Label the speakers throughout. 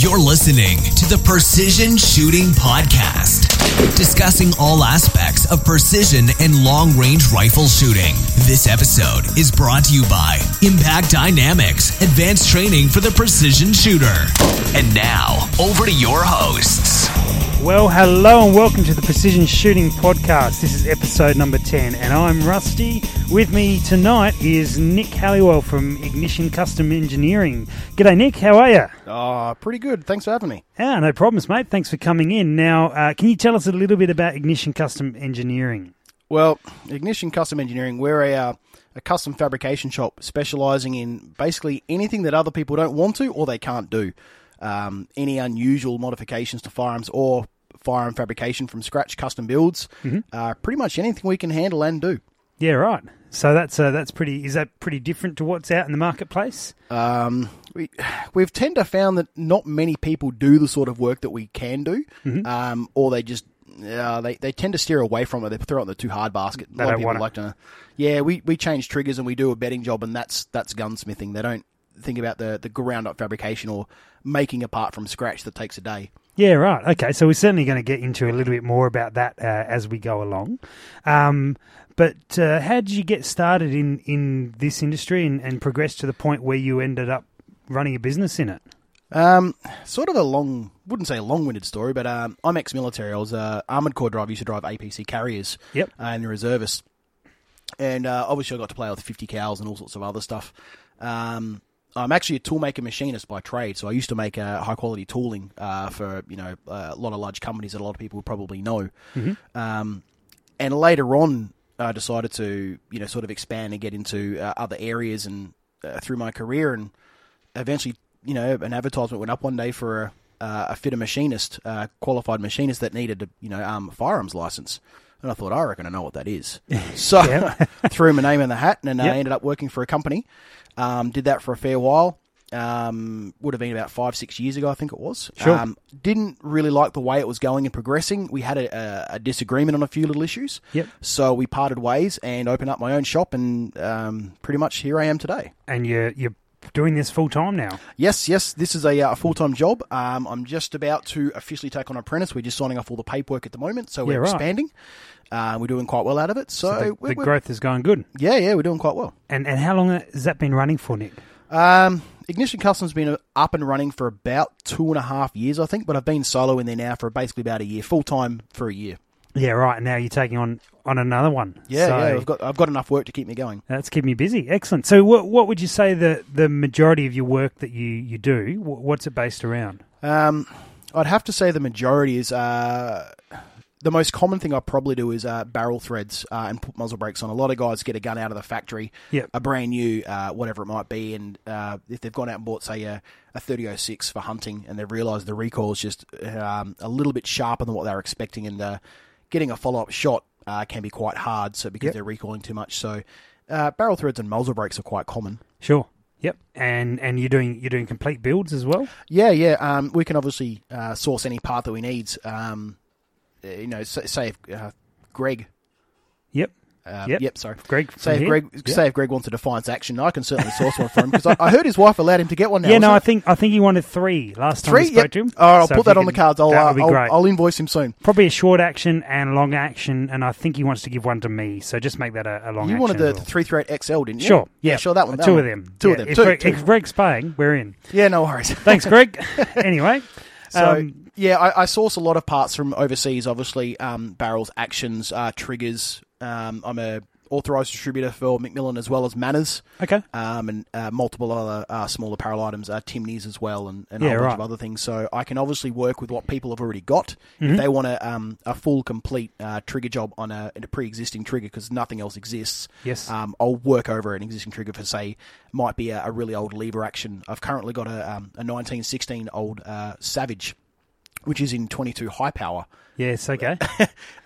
Speaker 1: You're listening to the Precision Shooting Podcast, discussing all aspects of precision and long range rifle shooting. This episode is brought to you by Impact Dynamics, advanced training for the precision shooter. And now, over to your hosts.
Speaker 2: Well, hello and welcome to the Precision Shooting Podcast. This is episode number 10, and I'm Rusty. With me tonight is Nick Halliwell from Ignition Custom Engineering. G'day, Nick. How are you?
Speaker 3: Ah, pretty good. Thanks for having me.
Speaker 2: Ah, no problems, mate. Thanks for coming in. Now, uh, can you tell us a little bit about Ignition Custom Engineering?
Speaker 3: Well, Ignition Custom Engineering, we're a, uh, a custom fabrication shop specializing in basically anything that other people don't want to or they can't do. Um, any unusual modifications to firearms or firearm fabrication from scratch, custom builds, uh, pretty much anything we can handle and do.
Speaker 2: Yeah, right. So that's uh, that's pretty. Is that pretty different to what's out in the marketplace?
Speaker 3: um, we, we've tend to found that not many people do the sort of work that we can do,
Speaker 2: Mm-hmm.
Speaker 3: um, or they just uh, they they tend to steer away from it. They throw it in the too hard basket.
Speaker 2: They
Speaker 3: a lot
Speaker 2: don't
Speaker 3: of people
Speaker 2: want it.
Speaker 3: like to. Yeah, we, we change triggers and we do a betting job, and that's that's gunsmithing. They don't think about the the ground up fabrication or making a part from scratch that takes a day.
Speaker 2: Yeah, right. Okay, so we're certainly going to get into a little bit more about that uh, as we go along. Um, but uh, how did you get started in, in this industry and, and progress to the point where you ended up running a business in it?
Speaker 3: Um, sort of a long, wouldn't say a long-winded story, but um, I'm ex-military. I was a armored corps driver. Used to drive APC carriers.
Speaker 2: Yep.
Speaker 3: Uh, and the reservists, and uh, obviously I got to play with 50 cows and all sorts of other stuff. Um, I'm actually a toolmaker machinist by trade, so I used to make uh, high-quality tooling uh, for you know uh, a lot of large companies that a lot of people probably know. Um, and later on, I decided to you know sort of expand and get into uh, other areas and uh, through my career, and eventually you know an advertisement went up one day for a, uh, a fitter machinist, uh, qualified machinist that needed a you know um, firearms license, and I thought I reckon I know what that is, so threw my name in the hat, and
Speaker 2: Yep.
Speaker 3: I ended up working for a company. Um, did that for a fair while. Um, would have been about five, six years ago, I think it was.
Speaker 2: Sure.
Speaker 3: Um, didn't really like the way it was going and progressing. We had a, a, a disagreement on a few little issues.
Speaker 2: Yep.
Speaker 3: So we parted ways and opened up my own shop, and um, pretty much here I am today.
Speaker 2: And you're, you're doing this full time now.
Speaker 3: Yes, yes, this is a, uh, a full time job. Um, I'm just about to officially take on apprentice. We're just signing off all the paperwork at the moment, so we're
Speaker 2: Yeah, right.
Speaker 3: expanding. Uh, we're doing quite well out of it. So,
Speaker 2: The,
Speaker 3: we're,
Speaker 2: the
Speaker 3: we're-
Speaker 2: growth is going good.
Speaker 3: yeah, yeah, we're doing quite well.
Speaker 2: Uh, And, and how long has that been running for, Nick?
Speaker 3: Um, Ignition Custom's been uh, up and running for about two and a half years, I think, but I've been solo in there now for basically about a year, full time for a year.
Speaker 2: Yeah, right. Now you're taking on, on another one.
Speaker 3: Yeah,
Speaker 2: So
Speaker 3: yeah, I've got I've got enough work to keep me going.
Speaker 2: That's keeping you busy. Excellent. So, what, what would you say the, the majority of your work that you, you do, wh- what's it based around?
Speaker 3: Um, I'd have to say the majority is uh, the most common thing I probably do is uh, barrel threads uh, and put muzzle brakes on. A lot of guys get a gun out of the factory,
Speaker 2: Yep.
Speaker 3: a brand new, uh, whatever it might be, and uh, if they've gone out and bought say a, a 3006 for hunting, and they've realised the recoil is just um, a little bit sharper than what they were expecting, and uh, getting a follow up shot uh, can be quite hard. So because they're recoiling too much, so uh, barrel threads and muzzle brakes are quite common.
Speaker 2: Sure. Yep. And and you're doing you're doing complete builds as well.
Speaker 3: Yeah, yeah. Um, we can obviously uh, source any part that we need. Um, uh, you know, say, say if uh, Greg.
Speaker 2: Yep.
Speaker 3: Uh,
Speaker 2: Yep.
Speaker 3: yep. Sorry,
Speaker 2: Greg from
Speaker 3: Say if
Speaker 2: here.
Speaker 3: Greg. Say if Greg wants a defiance action, I can certainly source one for him because I, I heard his wife allowed him to get one. Now,
Speaker 2: Yeah. No, I
Speaker 3: wasn't
Speaker 2: think I think he wanted three last
Speaker 3: it?
Speaker 2: time.
Speaker 3: three.
Speaker 2: we spoke
Speaker 3: Yep.
Speaker 2: to him.
Speaker 3: All right, I'll
Speaker 2: So if
Speaker 3: put
Speaker 2: you
Speaker 3: that on the
Speaker 2: can-
Speaker 3: cards. I'll,
Speaker 2: that
Speaker 3: uh,
Speaker 2: would be
Speaker 3: I'll,
Speaker 2: great.
Speaker 3: I'll invoice him soon.
Speaker 2: Probably a short action and a long action, and I think he wants to give one to me. So just make that a, a long.
Speaker 3: You
Speaker 2: action as
Speaker 3: wanted the
Speaker 2: well.
Speaker 3: three three eight XL, didn't you?
Speaker 2: Sure.
Speaker 3: Yeah, sure. That one. that
Speaker 2: two
Speaker 3: one.
Speaker 2: of them.
Speaker 3: Two
Speaker 2: Yeah,
Speaker 3: of them.
Speaker 2: If,
Speaker 3: Two,
Speaker 2: Greg,
Speaker 3: two.
Speaker 2: if Greg's paying, we're in.
Speaker 3: Yeah. No worries.
Speaker 2: Thanks, Greg. anyway.
Speaker 3: So
Speaker 2: um,
Speaker 3: yeah, I, I source a lot of parts from overseas. Obviously, um, barrels, actions, uh, triggers. Um, I'm a authorized distributor for Macmillan as well as Manners,
Speaker 2: okay.
Speaker 3: um, and uh, multiple other uh, small apparel items, uh, Timneys as well, and, and a
Speaker 2: Yeah,
Speaker 3: whole bunch
Speaker 2: right.
Speaker 3: of other things. So I can obviously work with what people have already got.
Speaker 2: Mm-hmm.
Speaker 3: If they want a, um, a full, complete uh, trigger job on a, in a pre-existing trigger because nothing else exists,
Speaker 2: Yes.
Speaker 3: um, I'll work over an existing trigger for say might be a, a really old lever action. I've currently got a, um, a 1916 old uh, Savage, which is in 22 high power.
Speaker 2: Yes. Okay.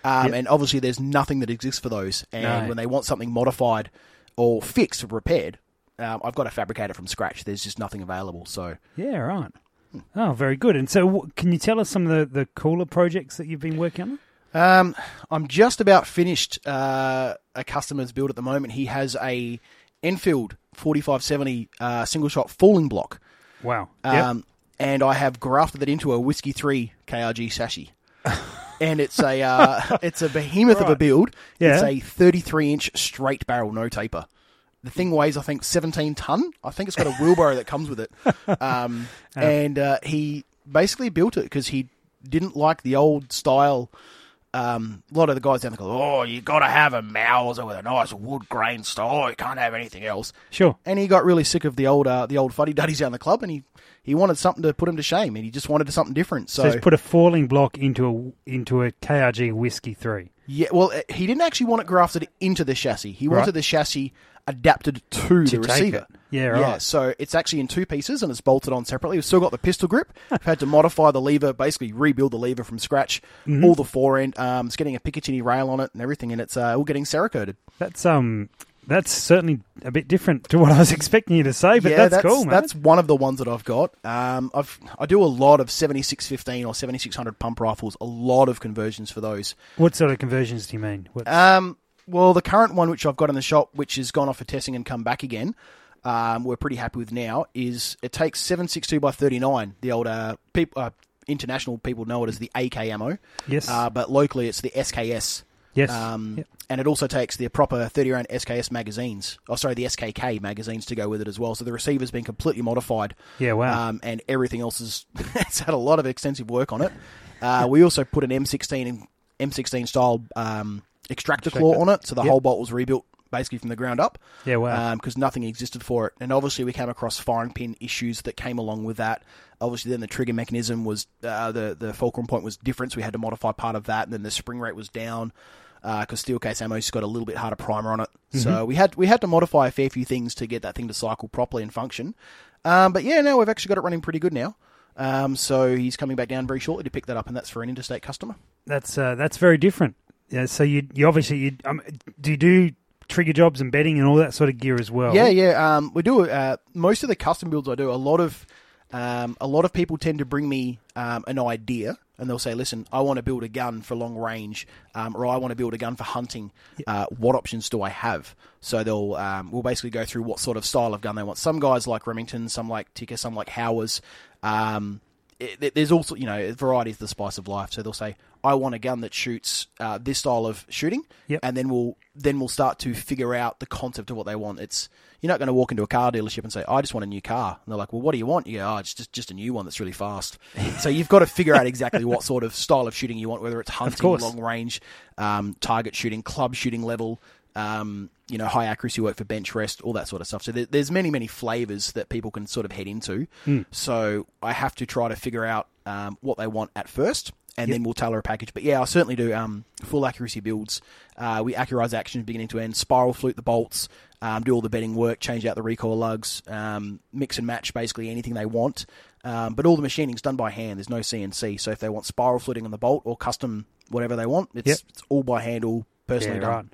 Speaker 3: Um, And obviously, there's nothing that exists for those. And
Speaker 2: No.
Speaker 3: when they want something modified or fixed or repaired, um, I've got to fabricate it from scratch. There's just nothing available. So,
Speaker 2: yeah. Right. Oh, very good. And so, wh- can you tell us some of the, the cooler projects that you've been working on?
Speaker 3: um, I'm just about finished uh, a customer's build at the moment. He has a Enfield 4570 uh, single shot falling block.
Speaker 2: Wow. Yep.
Speaker 3: Um, and I have grafted that into a whiskey three KRG sashi. and it's a uh, it's a behemoth of a
Speaker 2: Right.
Speaker 3: build.
Speaker 2: Yeah.
Speaker 3: It's a 33 inch straight barrel, no taper. The thing weighs, I think, 17 ton. I think it's got a wheelbarrow that comes with it. Um, And uh, he basically built it because he didn't like the old style. Um, a lot of the guys down there go, "Oh, you got to have a Mauser with a nice wood grain style. You can't have anything else."
Speaker 2: Sure.
Speaker 3: and he got really sick of the old uh, the old fuddy duddies down the club, and he, he wanted something to put him to shame, and he just wanted something different.
Speaker 2: So
Speaker 3: So,
Speaker 2: he's put a falling block into a into a KRG whiskey three.
Speaker 3: yeah, well, uh, he didn't actually want it grafted into the chassis. He wanted
Speaker 2: Right.
Speaker 3: the chassis adapted to, the
Speaker 2: take
Speaker 3: receiver.
Speaker 2: it. Yeah, right.
Speaker 3: so it's actually in two pieces and it's bolted on separately. We've still got the pistol grip. We've had to modify the lever, basically rebuild the lever from scratch.
Speaker 2: Mm-hmm.
Speaker 3: All the fore end. Um, it's getting a Picatinny rail on it and everything, and it's uh, all getting Cerakoted.
Speaker 2: That's um, that's certainly a bit different to what I was expecting you to say, but that's, cool, man.
Speaker 3: That's one of the ones that I've got. Um, I've I do a lot of seventy six fifteen or seventy six hundred pump rifles. A lot of conversions for those.
Speaker 2: what sort of conversions do you mean? What,
Speaker 3: Um, well, the current one which I've got in the shop, which has gone off for testing and come back again, um, we're pretty happy with now. Is it takes seven six two by thirty nine? The old uh, peop Uh, international people know it as the AK ammo.
Speaker 2: Yes.
Speaker 3: Uh, but locally, it's the SKS.
Speaker 2: yes,
Speaker 3: Um,
Speaker 2: Yep.
Speaker 3: And it also takes the proper 30 round SKS magazines. Oh, sorry, the SKK magazines to go with it as well. So the receiver's been completely modified.
Speaker 2: Yeah, wow.
Speaker 3: Um, and everything else is, it's had a lot of extensive work on it. Uh, we also put an M16 and M16 style um, extractor claw on it. So the
Speaker 2: Yep.
Speaker 3: whole bolt was rebuilt basically from the ground up. Um,
Speaker 2: Yeah, wow.
Speaker 3: Because nothing existed for it. And obviously, we came across firing pin issues that came along with that. Obviously, then the trigger mechanism was uh, the the fulcrum point was different, so we had to modify part of that, and then the spring rate was down because steel case ammo's got a little bit harder primer on it. So we had we had to modify a fair few things to get that thing to cycle properly and function. Um, but yeah, now we've actually got it running pretty good now. Um, so he's coming back down very shortly to pick that up, and that's for an interstate customer.
Speaker 2: that's uh, that's very different. Yeah, so you you obviously you um, do you do trigger jobs and bedding and all that sort of gear as well.
Speaker 3: Yeah, yeah. Um, we do uh, most of the custom builds I do. A lot of um, a lot of people tend to bring me um, an idea, and they'll say, "Listen, I want to build a gun for long range, um, or I want to build a gun for hunting. Uh, what options do I have?" So they'll um, we'll basically go through what sort of style of gun they want. Some guys like Remington, some like Ticker, some like Howers. Um, it, th- there's also you know variety is the spice of life. So they'll say, "I want a gun that shoots uh, this style of shooting,"
Speaker 2: Yep.
Speaker 3: and then we'll then we'll start to figure out the concept of what they want. It's you're not going to walk into a car dealership and say, "I just want a new car," and they're like, "Well, what do you want?" You go, "Oh, it's just just a new one that's really fast." so you've got to figure out exactly what sort of style of shooting you want, whether it's hunting,
Speaker 2: course.
Speaker 3: long range, um, target shooting, club shooting level. Um, you know, high accuracy work for bench rest, all that sort of stuff. So there, there's many, many flavors that people can sort of head into. So I have to try to figure out um, what they want at first, and then we'll tailor a package. But yeah, I certainly do um, full accuracy builds. Uh, we accurize actions beginning to end, spiral flute the bolts, um, do all the bedding work, change out the recoil lugs, um, mix and match basically anything they want. Um, but all the machining's done by hand. There's no CNC. So if they want spiral fluting on the bolt or custom whatever they want, it's,
Speaker 2: Yep.
Speaker 3: it's all by hand, all personally
Speaker 2: yeah,
Speaker 3: done.
Speaker 2: right.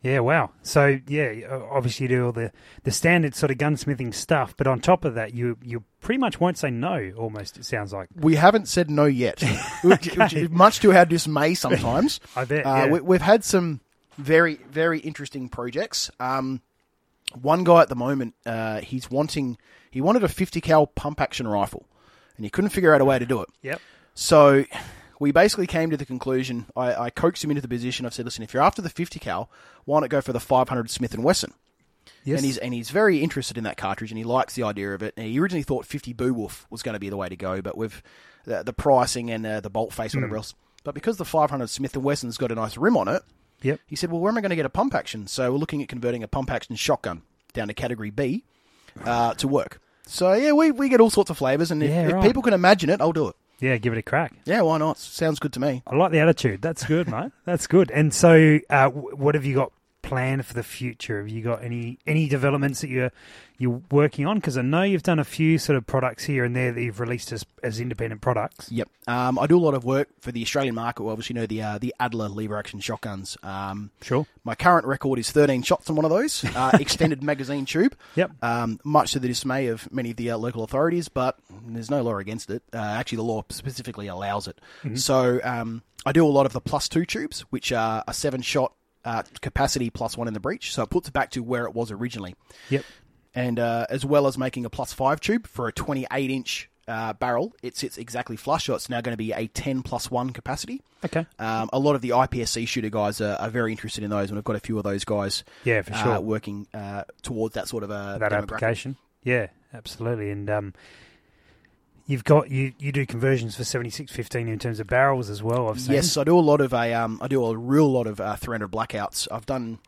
Speaker 2: Yeah, wow. So yeah, o- obviously you do all the the standard sort of gunsmithing stuff, but on top of that, you you pretty much won't say no. Almost it sounds like.
Speaker 3: We haven't said no yet, which, which is much to our dismay sometimes.
Speaker 2: I bet,
Speaker 3: Uh,
Speaker 2: yeah.
Speaker 3: we, we've had some very, very interesting projects. Um, one guy at the moment, uh, he's wanting, he wanted a 50 cal pump action rifle, and he couldn't figure out a way to do it.
Speaker 2: Yep.
Speaker 3: So we basically came to the conclusion. I, I coaxed him into the position. I've said, listen, if you're after the 50 cal, why not go for the 500 Smith and Wesson?
Speaker 2: Yes.
Speaker 3: And he's and he's very interested in that cartridge, and he likes the idea of it. And he originally thought 50 Boo Wolf was going to be the way to go, but with the, the pricing and uh, the bolt face,
Speaker 2: Hmm.
Speaker 3: whatever else. But because the 500 Smith and Wesson's got a nice rim on it,
Speaker 2: Yep.
Speaker 3: he said, "Well, where am I going to get a pump action?" So we're looking at converting a pump action shotgun down to category B uh, to work. So yeah, we, we get all sorts of flavors, and if,
Speaker 2: Yeah,
Speaker 3: if
Speaker 2: right.
Speaker 3: people can imagine it, I'll do it.
Speaker 2: Yeah, give it a crack.
Speaker 3: Yeah, why not? Sounds good to me.
Speaker 2: I like the attitude. That's good, mate. That's good. And so, uh, w- what have you got planned for the future? Have you got any any developments that you're you're working on? Because I know you've done a few sort of products here and there that you've released as as independent products.
Speaker 3: Yep. Um, I do a lot of work for the Australian market. We obviously know the uh, the Adler lever action shotguns. Um,
Speaker 2: Sure.
Speaker 3: My current record is 13 shots on one of those uh, extended magazine tube.
Speaker 2: Yep.
Speaker 3: Um, much to the dismay of many of the uh, local authorities, but there's no law against it. Uh, actually, the law specifically allows it. So um, I do a lot of the plus two tubes, which are a seven shot uh, capacity plus one in the breech. So it puts it back to where it was originally
Speaker 2: Yep.
Speaker 3: and uh, as well as making a plus five tube for a 28 inch uh, barrel, it sits exactly flush, so it's now going to be a 10 plus 1 capacity.
Speaker 2: Okay.
Speaker 3: Um, a lot of the IPSC shooter guys are, are very interested in those, and I've got a few of those guys
Speaker 2: Yeah, for
Speaker 3: uh,
Speaker 2: sure.
Speaker 3: working uh, towards that sort of a
Speaker 2: that
Speaker 3: demographic.
Speaker 2: application. Yeah, absolutely. And um, you've got you you do conversions for seventy six fifteen in terms of barrels as well. I've seen.
Speaker 3: Yes, I do a lot of a um, I do a real lot of uh, 300 blackouts. I've done.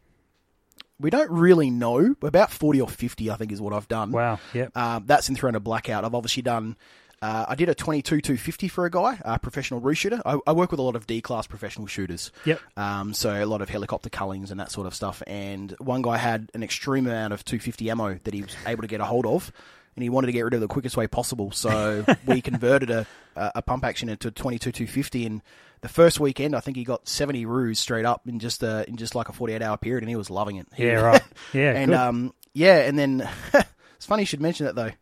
Speaker 3: We don't really know about 40 or 50, I think, is what I've done.
Speaker 2: Wow. Yep.
Speaker 3: Um, that's in 300 blackout. I've obviously done. Uh, I did a 22 250 for a guy, a professional roof shooter. I, I work with a lot of D class professional shooters.
Speaker 2: Yep.
Speaker 3: Um, so a lot of helicopter cullings and that sort of stuff. And one guy had an extreme amount of 250 ammo that he was able to get a hold of, and he wanted to get rid of it the quickest way possible. So we converted a, a a pump action into 22 250. And the first weekend, I think he got 70 roos straight up in just uh, in just like a 48 hour period, and he was loving it. He-
Speaker 2: Yeah. Right. Yeah.
Speaker 3: and
Speaker 2: good.
Speaker 3: um, yeah, and then it's funny you should mention that though.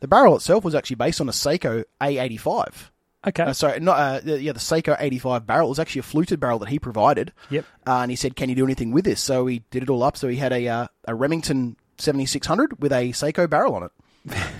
Speaker 3: The barrel itself was actually based on a Seiko A85.
Speaker 2: okay.
Speaker 3: Uh, sorry, not uh, the- yeah, the Seiko 85 barrel. It was actually a fluted barrel that he provided.
Speaker 2: Yep.
Speaker 3: Uh, and he said, "Can you do anything with this?" So we did it all up. So he had a uh, a Remington 7600 with a Seiko barrel on it.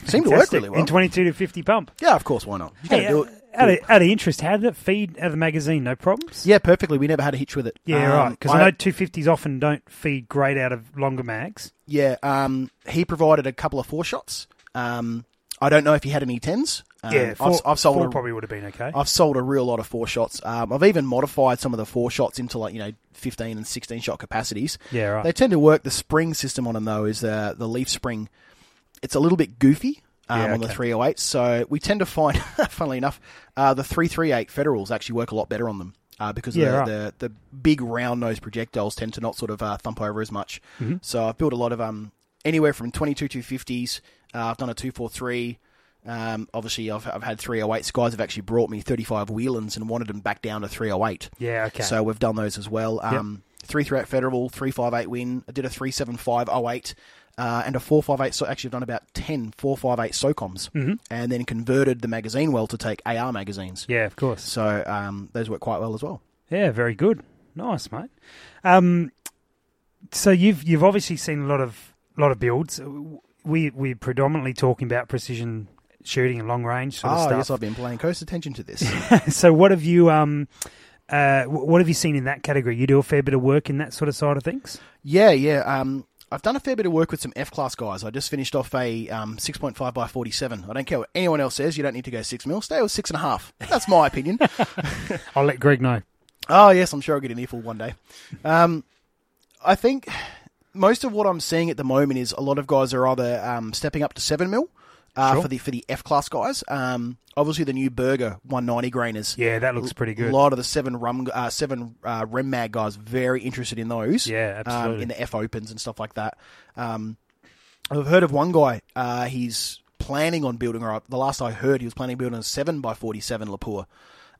Speaker 3: Seemed to work
Speaker 2: Fantastic.
Speaker 3: really well.
Speaker 2: In twenty two to fifty pump.
Speaker 3: yeah, of course, why not? You gotta
Speaker 2: Hey,
Speaker 3: do
Speaker 2: uh,
Speaker 3: it.
Speaker 2: out, of, out of interest, how did it feed out of the magazine? No problems.
Speaker 3: Yeah, perfectly. We never had a hitch with it.
Speaker 2: Yeah, right.
Speaker 3: Um,
Speaker 2: Because I, know two fifties often don't feed great out of longer mags.
Speaker 3: Yeah, um, he provided a couple of four shots. Um, I don't know if he had any tens. Um,
Speaker 2: yeah, 4
Speaker 3: I've, I've sold
Speaker 2: four
Speaker 3: a,
Speaker 2: probably would have been okay.
Speaker 3: I've sold a real lot of four shots. Um, I've even modified some of the four shots into like you know fifteen and sixteen shot capacities.
Speaker 2: Yeah, right.
Speaker 3: They tend to work. The spring system on them though is uh, the leaf spring. It's a little bit goofy um,
Speaker 2: Yeah,
Speaker 3: on the
Speaker 2: okay.
Speaker 3: three hundred eight, so we tend to find, funnily enough, uh, the three three eight Federals actually work a lot better on them. Uh, because
Speaker 2: Yeah,
Speaker 3: the,
Speaker 2: right.
Speaker 3: the the big round nose projectiles tend to not sort of uh, thump over as much.
Speaker 2: Mm-hmm.
Speaker 3: So I've built a lot of um anywhere from twenty two two fifties. Uh, I've done a two four three. Um, obviously, I've, I've had 308s. Guys have actually brought me 35 Whelans and wanted them back down to 308.
Speaker 2: Yeah, okay.
Speaker 3: So we've done those as well. Um, 338 Federal, 358 win. I did a 37508 uh, and a 458. So actually, I've done about 10 458 SOCOMs and then converted the magazine well to take AR magazines.
Speaker 2: Mm-hmm. yeah, of course.
Speaker 3: So um, those work quite well as well.
Speaker 2: Yeah, very good. Nice, mate. Um, so you've you've obviously seen a lot of lot of builds. We we're predominantly talking about precision shooting and long range sort of
Speaker 3: Ah,
Speaker 2: stuff.
Speaker 3: yes, I've been playing close attention to this.
Speaker 2: so what have you um uh wh- what have you seen in that category? You do a fair bit of work in that sort of side of things.
Speaker 3: Yeah, yeah. Um, I've done a fair bit of work with some F class guys. I just finished off a um, 6.5 by 47. I don't care what anyone else says. You don't need to go six mil. Stay with six and a half. That's my opinion.
Speaker 2: I'll let Greg know.
Speaker 3: oh yes, I'm sure I'll get an earful one day. Um, I think most of what I'm seeing at the moment is a lot of guys are either um, stepping up to seven mil. Uh,
Speaker 2: Sure.
Speaker 3: For the for the F class guys, um, obviously the new Burger 190 grainers.
Speaker 2: Yeah, that looks pretty
Speaker 3: A
Speaker 2: good.
Speaker 3: lot of the seven rum, uh, seven uh, rem mag guys very interested in those.
Speaker 2: Yeah,
Speaker 3: Um,
Speaker 2: absolutely.
Speaker 3: in the F opens and stuff like that. Um, I've heard of one guy. Uh, he's planning on building. Or the last I heard, he was planning on building a seven by forty-seven Lapua.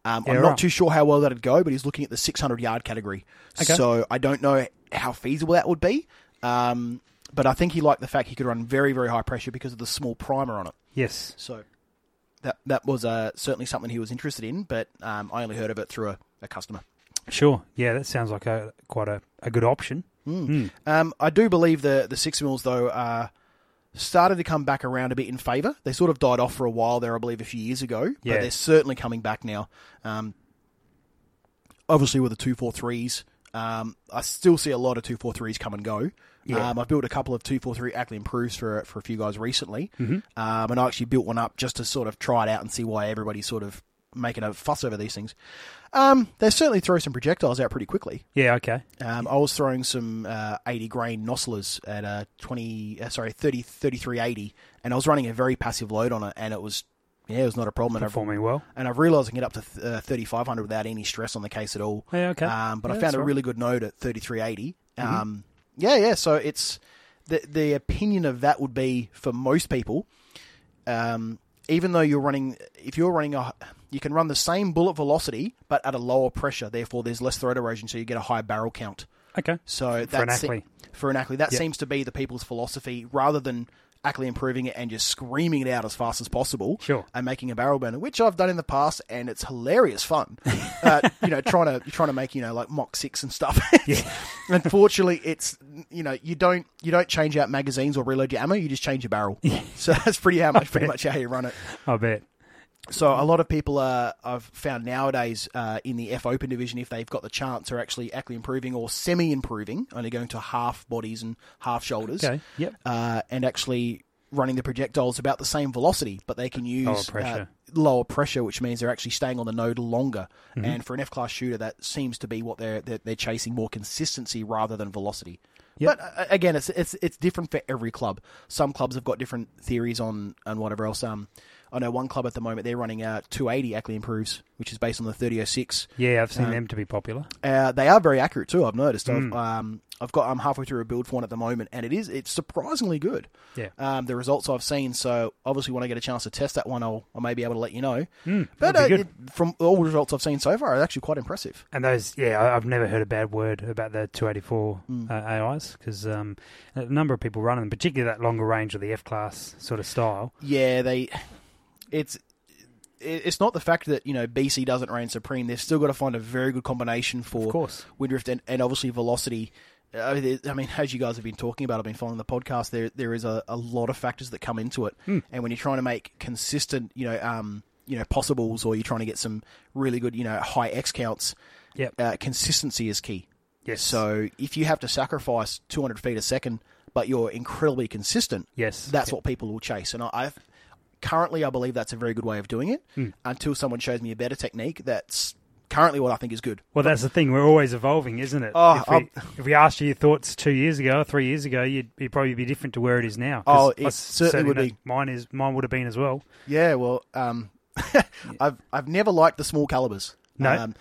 Speaker 3: Um,
Speaker 2: Yeah,
Speaker 3: I'm not
Speaker 2: right.
Speaker 3: too sure how well that'd go, but he's looking at the 600 yard category.
Speaker 2: Okay.
Speaker 3: So I don't know how feasible that would be. Um, but I think he liked the fact he could run very, very high pressure because of the small primer on it.
Speaker 2: Yes.
Speaker 3: So that that was uh, certainly something he was interested in, but um, I only heard of it through a, a customer.
Speaker 2: Sure. Yeah, that sounds like a quite a, a good option.
Speaker 3: Um, I do believe the the six mils though uh, started to come back around a bit in favour. They sort of died off for a while there, I believe, a few years ago,
Speaker 2: Yeah.
Speaker 3: but they're certainly coming back now. Um, obviously, with the two four threes, um, I still see a lot of two four threes come and go. Um, I've built a couple of two four three actually improves for for a few guys recently, um, and I actually built one up just to sort of try it out and see why everybody's sort of making a fuss over these things. Um, they certainly throw some projectiles out pretty quickly.
Speaker 2: Yeah, okay.
Speaker 3: Um, I was throwing some uh, 80 grain nocellas at a 20, uh, sorry, 30, 3380, and I was running a very passive load on it, and it was, yeah, it was not a problem. And I've,
Speaker 2: Performing well.
Speaker 3: and I've realised I can get up to th- uh, 3500 without any stress on the case at all.
Speaker 2: Yeah, okay.
Speaker 3: Um, but
Speaker 2: Yeah,
Speaker 3: I
Speaker 2: that's
Speaker 3: found a
Speaker 2: all right. Mm-hmm.
Speaker 3: really good node at 3380. Um, yeah, yeah. So it's the the opinion of that would be for most people, um, even though you're running, if you're running a, you can run the same bullet velocity but at a lower pressure. Therefore, there's less throat erosion, so you get a higher barrel count.
Speaker 2: Okay.
Speaker 3: So
Speaker 2: For an
Speaker 3: that's
Speaker 2: Ackley.
Speaker 3: for an Ackley, that
Speaker 2: Yep.
Speaker 3: seems to be the people's philosophy rather than actually improving it and just screaming it out as fast as possible.
Speaker 2: Sure.
Speaker 3: And making a barrel burner, which I've done in the past, and it's hilarious fun. uh, you know, trying to you're trying to make you know like Mach six and stuff.
Speaker 2: Yeah.
Speaker 3: Unfortunately, it's you know you don't you don't change out magazines or reload your ammo. You just change your barrel. so that's pretty how much pretty much how you run it.
Speaker 2: I bet.
Speaker 3: So a lot of people uh, I've found nowadays uh, in the F Open division, if they've got the chance, are actually actually improving or semi-improving, only going to half bodies and half shoulders,
Speaker 2: Okay. Yep.
Speaker 3: uh, and actually running the projectiles about the same velocity, but they can use
Speaker 2: Lower pressure.
Speaker 3: Uh, lower pressure, which means they're actually staying on the node longer.
Speaker 2: Mm-hmm.
Speaker 3: And for an F class shooter, that seems to be what they're they're, they're chasing more consistency rather than velocity.
Speaker 2: Yep.
Speaker 3: But uh, again, it's it's it's different for every club. Some clubs have got different theories on on whatever else. Um, I know one club at the moment they're running uh 280 actually improves, which is based on the 3006.
Speaker 2: Yeah, I've seen them to be popular.
Speaker 3: Uh, they are very accurate too. I've noticed.
Speaker 2: Mm.
Speaker 3: I've, um, I've got I'm halfway through a build for one at the moment, and it is it's surprisingly good.
Speaker 2: Yeah.
Speaker 3: Um, the results I've seen. So obviously, when I get a chance to test that one, I'll I may be able to let you know. but uh,
Speaker 2: that'd be good.
Speaker 3: it- from all the results I've seen so far, it's actually quite impressive.
Speaker 2: And those, yeah, I- I've never heard a bad word about the 284
Speaker 3: Mm.
Speaker 2: uh, AIs because um, a number of people running them, particularly that longer range of the F class sort of style.
Speaker 3: Yeah, they. It's it- it's not the fact that you know BC doesn't reign supreme. They've still got to find a very good combination for
Speaker 2: Of course.
Speaker 3: Windrift and, and obviously velocity. Uh, there- I mean, as you guys have been talking about, I've been following the podcast. There, there is a, a lot of factors that come into it, and when you're trying to make consistent, you know, um, you know, possibles, or you're trying to get some really good, you know, high X counts,
Speaker 2: Yep.
Speaker 3: uh, consistency is key.
Speaker 2: Yes.
Speaker 3: So if you have to sacrifice 200 feet a second, but you're incredibly consistent,
Speaker 2: Yes.
Speaker 3: that's what people will chase. And I, I've currently, I believe that's a very good way of doing it.
Speaker 2: Hmm.
Speaker 3: Until someone shows me a better technique, that's currently what I think is good.
Speaker 2: Well, that's the thing. We're always evolving, isn't it?
Speaker 3: Oh,
Speaker 2: if, we,
Speaker 3: I'm-
Speaker 2: if we asked you your thoughts two years ago, three years ago, you'd, you'd probably be different to where it is now. 'cause
Speaker 3: Oh,
Speaker 2: I
Speaker 3: it
Speaker 2: s-
Speaker 3: certainly would
Speaker 2: know
Speaker 3: be.
Speaker 2: Mine is. Mine would have been as well.
Speaker 3: Yeah, well, um, I've I've never liked the small calibers.
Speaker 2: No.
Speaker 3: Um,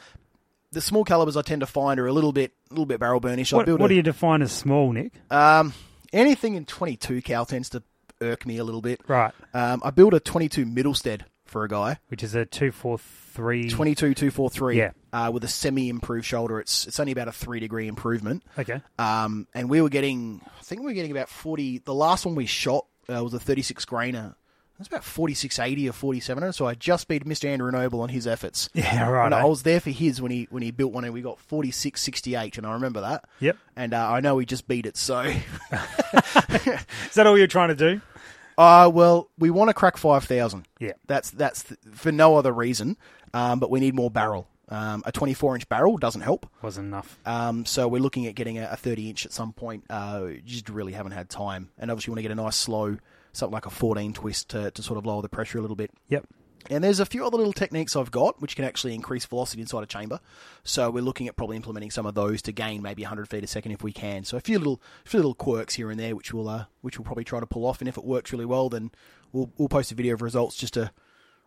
Speaker 3: the small calibers I tend to find are a little bit, a little bit barrel burnish. I
Speaker 2: What,
Speaker 3: build
Speaker 2: what
Speaker 3: a-
Speaker 2: do you define as small, Nick?
Speaker 3: um, anything in 22 cal tends to irk me a little bit.
Speaker 2: Right,
Speaker 3: Um, I build a 22 Middlestead for a guy.
Speaker 2: which is a two four three.
Speaker 3: 22 243
Speaker 2: Yeah.
Speaker 3: uh, with a semi improved shoulder it's it's only about a 3 degree improvement
Speaker 2: Okay,
Speaker 3: um, and we were getting I think we were getting about 40 the last one we shot uh, was a 36 grainer it was about 4680 or 4700 so I just beat Mr Andrew Noble on his efforts
Speaker 2: yeah, right. eh?
Speaker 3: and I was there for his when he when he built one and we got 4668 and I remember that
Speaker 2: Yep.
Speaker 3: and uh, I know he just beat it so
Speaker 2: Is that all you're trying to do?
Speaker 3: uh well we want to crack 5000
Speaker 2: Yeah.
Speaker 3: That's that's th- for no other reason, um, but we need more barrel. Um, a 24 inch barrel doesn't help.
Speaker 2: Wasn't enough.
Speaker 3: Um, so we're looking at getting a, a 30 inch at some point. Uh, just really haven't had time, and obviously want to get a nice slow, something like a 14 twist to, to sort of lower the pressure a little bit.
Speaker 2: Yep.
Speaker 3: And there's a few other little techniques I've got which can actually increase velocity inside a chamber. So we're looking at probably implementing some of those to gain maybe 100 feet a second if we can. So a few little, few little quirks here and there which we'll, uh, which we'll probably try to pull off. And if it works really well, then we'll, we'll post a video of results just to,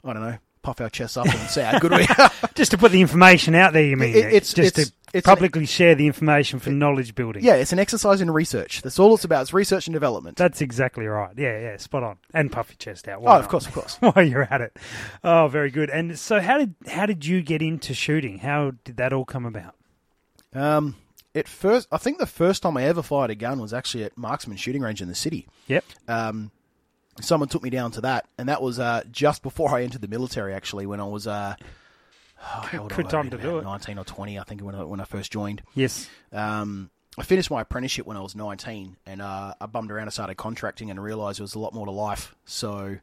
Speaker 3: I don't know, puff our chests up and see how good we are.
Speaker 2: Just to put the information out there, you mean? Nick?
Speaker 3: It- it's-
Speaker 2: just
Speaker 3: it's-
Speaker 2: to
Speaker 3: it's an-
Speaker 2: publicly share the information for knowledge building.
Speaker 3: yeah, it's an exercise in research. That's all it's about. It's research and development.
Speaker 2: That's exactly right. Yeah, yeah, spot on. And puff your chest out. why
Speaker 3: oh, of
Speaker 2: not?
Speaker 3: course, of course.
Speaker 2: While you're at it. Oh, very good. And so, how did how did you get into shooting? How did that all come about?
Speaker 3: Um, at first, I think the first time I ever fired a gun was actually at Marksman Shooting Range in the city.
Speaker 2: Yep.
Speaker 3: um, someone took me down to that, and that was uh, just before I entered the military. Actually, when I was uh, oh, how old
Speaker 2: Good
Speaker 3: would I
Speaker 2: time
Speaker 3: have
Speaker 2: to
Speaker 3: been,
Speaker 2: do
Speaker 3: about nineteen or twenty, I think, when I, when I first joined.
Speaker 2: Yes.
Speaker 3: Um, I finished my apprenticeship when I was nineteen, and uh, I bummed around and started contracting, and realised there was a lot more to life. So,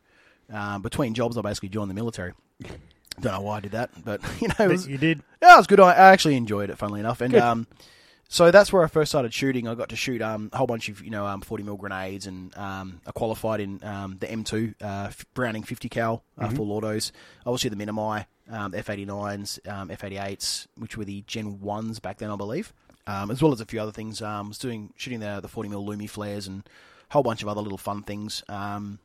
Speaker 3: um, between jobs, I basically joined the military. Don't know why I did that, but you know,
Speaker 2: But
Speaker 3: it was,
Speaker 2: you did.
Speaker 3: yeah, it was good. I I actually enjoyed it, funnily enough. And um, so that's where I first started shooting. I got to shoot um, a whole bunch of you know um, 40 mil grenades, and um, I qualified in um, the M2 uh, f- Browning 50 cal uh, full autos. Obviously the Minimi um, F89s, um, F88s, which were the Gen ones back then, I believe, um, as well as a few other things. Um, I was doing shooting the the 40 mil Lumi flares and a whole bunch of other little fun things. Um,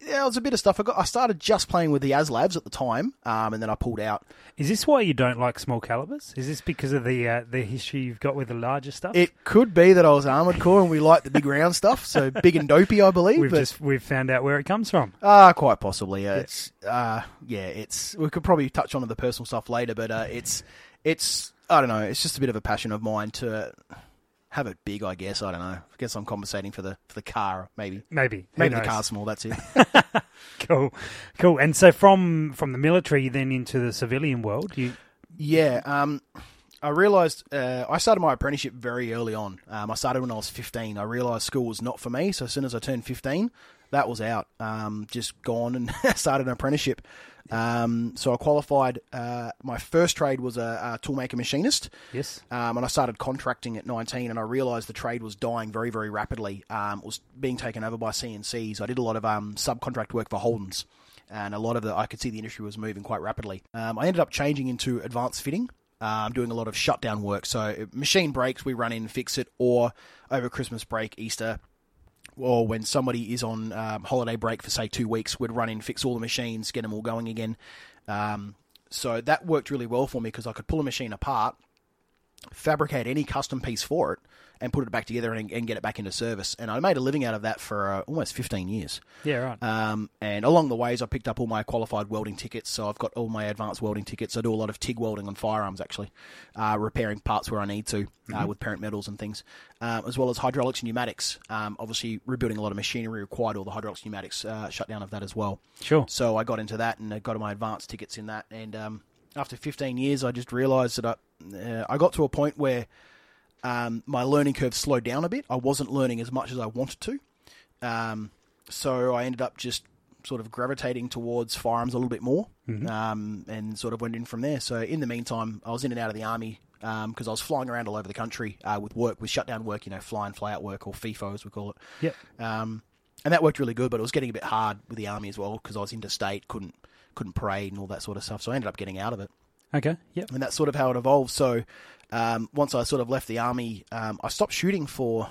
Speaker 3: yeah, it was a bit of stuff. I got. I started just playing with the ASLabs at the time, um, and then I pulled out.
Speaker 2: Is this why you don't like small calibers? Is this because of the uh, the history you've got with the larger stuff?
Speaker 3: It could be that I was armored core and we liked the big round stuff, so big and dopey, I believe.
Speaker 2: we've
Speaker 3: but,
Speaker 2: just we've found out where it comes from.
Speaker 3: Ah, quite possibly. Uh, It's uh, yeah, it's we could probably touch on the personal stuff later, but uh, it's it's I don't know. It's just a bit of a passion of mine to have it big, I guess. I don't know. I guess I'm compensating for the for the car, maybe.
Speaker 2: Maybe. Who
Speaker 3: Maybe the
Speaker 2: knows?
Speaker 3: car's small. That's it.
Speaker 2: Cool, cool. And so from from the military then into the civilian world, you
Speaker 3: yeah. Um, I realised uh, I started my apprenticeship very early on. Um, I started when I was 15. I realised school was not for me. So as soon as I turned 15, that was out. Um, just gone and started an apprenticeship. Um, so I qualified. Uh, my first trade was a, a toolmaker machinist.
Speaker 2: yes,
Speaker 3: Um, and I started contracting at 19, and I realised the trade was dying very, very rapidly. Um, it was being taken over by CNCs. I did a lot of um, subcontract work for Holden's, and a lot of the I could see the industry was moving quite rapidly. Um, I ended up changing into advanced fitting. Um, doing a lot of shutdown work. So uh, machine breaks, we run in, fix it, or over Christmas break, Easter, or when somebody is on um, holiday break for say two weeks, we'd run in, fix all the machines, get them all going again. Um, so that worked really well for me because I could pull a machine apart, fabricate any custom piece for it, and put it back together and, and get it back into service. And I made a living out of that for uh, almost 15 years.
Speaker 2: yeah, right.
Speaker 3: Um, and along the ways, I picked up all my qualified welding tickets. So I've got all my advanced welding tickets. I do a lot of TIG welding on firearms, actually, uh, repairing parts where I need to uh, with parent metals and things, um, as well as hydraulics and pneumatics. Um, obviously, rebuilding a lot of machinery required all the hydraulics and pneumatics uh, shutdown of that as well.
Speaker 2: sure.
Speaker 3: So I got into that and I got my advanced tickets in that. And um, after 15 years, I just realised that I, uh, I got to a point where um, my learning curve slowed down a bit. I wasn't learning as much as I wanted to. Um, so I ended up just sort of gravitating towards firearms a little bit more um, and sort of went in from there. So in the meantime, I was in and out of the army because I was flying around all over the country uh, with work, with shutdown work, you know, fly in, fly out work or FIFO as we call it.
Speaker 2: Yep.
Speaker 3: Um, and that worked really good, but it was getting a bit hard with the army as well because I was interstate, couldn't couldn't parade and all that sort of stuff. So I ended up getting out of it,
Speaker 2: Okay. Yep.
Speaker 3: and that's sort of how it evolved. So um, once I sort of left the army, um, I stopped shooting for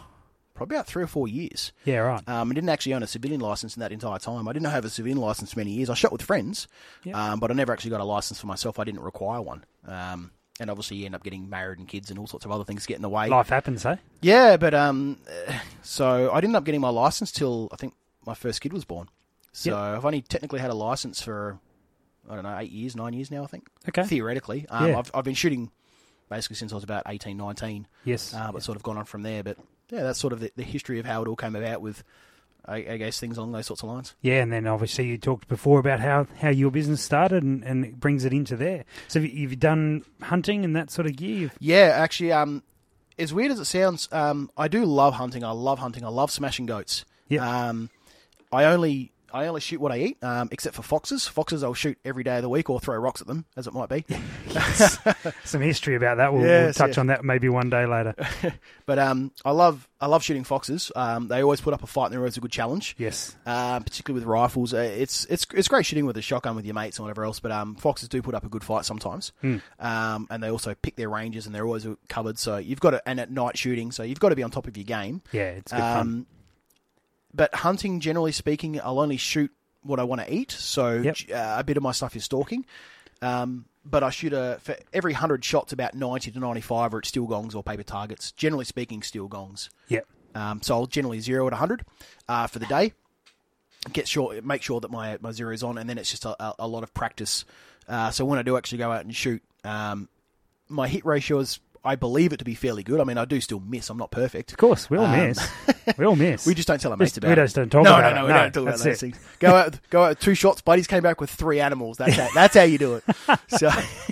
Speaker 3: probably about three or four years.
Speaker 2: Yeah. Right.
Speaker 3: Um, I didn't actually own a civilian license in that entire time. I didn't have a civilian license for many years. I shot with friends, um, but I never actually got a license for myself. I didn't require one. Um, and obviously, you end up getting married and kids and all sorts of other things get in the way.
Speaker 2: Life happens, eh?
Speaker 3: Yeah, but um, so I didn't end up getting my license till I think my first kid was born. So I've only technically had a license for I don't know eight years, nine years now. I think
Speaker 2: Okay.
Speaker 3: theoretically, um,
Speaker 2: Yeah.
Speaker 3: I've I've been shooting basically since I was about 18, 19.
Speaker 2: Yes.
Speaker 3: Uh, but sort of gone on from there. But yeah, that's sort of the, the history of how it all came about with, I, I guess, things along those sorts of lines.
Speaker 2: Yeah, and then obviously you talked before about how, how your business started and, and it brings it into there. So have you- you've done hunting and that sort of gear. You've,
Speaker 3: Yeah, actually, um, as weird as it sounds, um, I do love hunting. I love hunting. I love smashing goats.
Speaker 2: Yeah.
Speaker 3: Um, I only I only shoot what I eat, um, except for foxes. Foxes I'll shoot every day of the week or throw rocks at them, as it might be.
Speaker 2: some history about that. We'll, we'll
Speaker 3: Yes,
Speaker 2: touch
Speaker 3: yes.
Speaker 2: on that maybe one day later.
Speaker 3: but um, I love I love shooting foxes. Um, they always put up a fight, and they're always a good challenge.
Speaker 2: Yes.
Speaker 3: Uh, particularly with rifles, uh, it's it's it's great shooting with a shotgun with your mates and whatever else. But um, foxes do put up a good fight sometimes, um, and they also pick their ranges and they're always covered. So you've got to and at night shooting, so you've got to be on top of your game.
Speaker 2: Yeah, it's good fun.
Speaker 3: Um, but hunting, generally speaking, I'll only shoot what I want to eat. So
Speaker 2: Yep.
Speaker 3: j- uh, a bit of my stuff is stalking. Um, but I shoot a, for every 100 shots, about 90 to 95 are at steel gongs or paper targets. Generally speaking, steel gongs.
Speaker 2: Yep.
Speaker 3: Um, so I'll generally zero at 100 uh, for the day. Get sure, make sure that my my zero is on, and then it's just a, a, a lot of practice. Uh, so when I do actually go out and shoot, um, my hit ratio is, I believe it to be fairly good. I mean, I do still miss. I'm not perfect.
Speaker 2: Of course, we all
Speaker 3: Um,
Speaker 2: miss. We all miss.
Speaker 3: We just don't tell our
Speaker 2: Just-
Speaker 3: mates about
Speaker 2: we
Speaker 3: it.
Speaker 2: just don't talk
Speaker 3: no,
Speaker 2: about
Speaker 3: no,
Speaker 2: it.
Speaker 3: No, we
Speaker 2: No,
Speaker 3: don't talk about
Speaker 2: that's
Speaker 3: those
Speaker 2: it.
Speaker 3: things. Go out, go out, with two shots. Buddies came back with three animals. That's how, that's how you do it. So,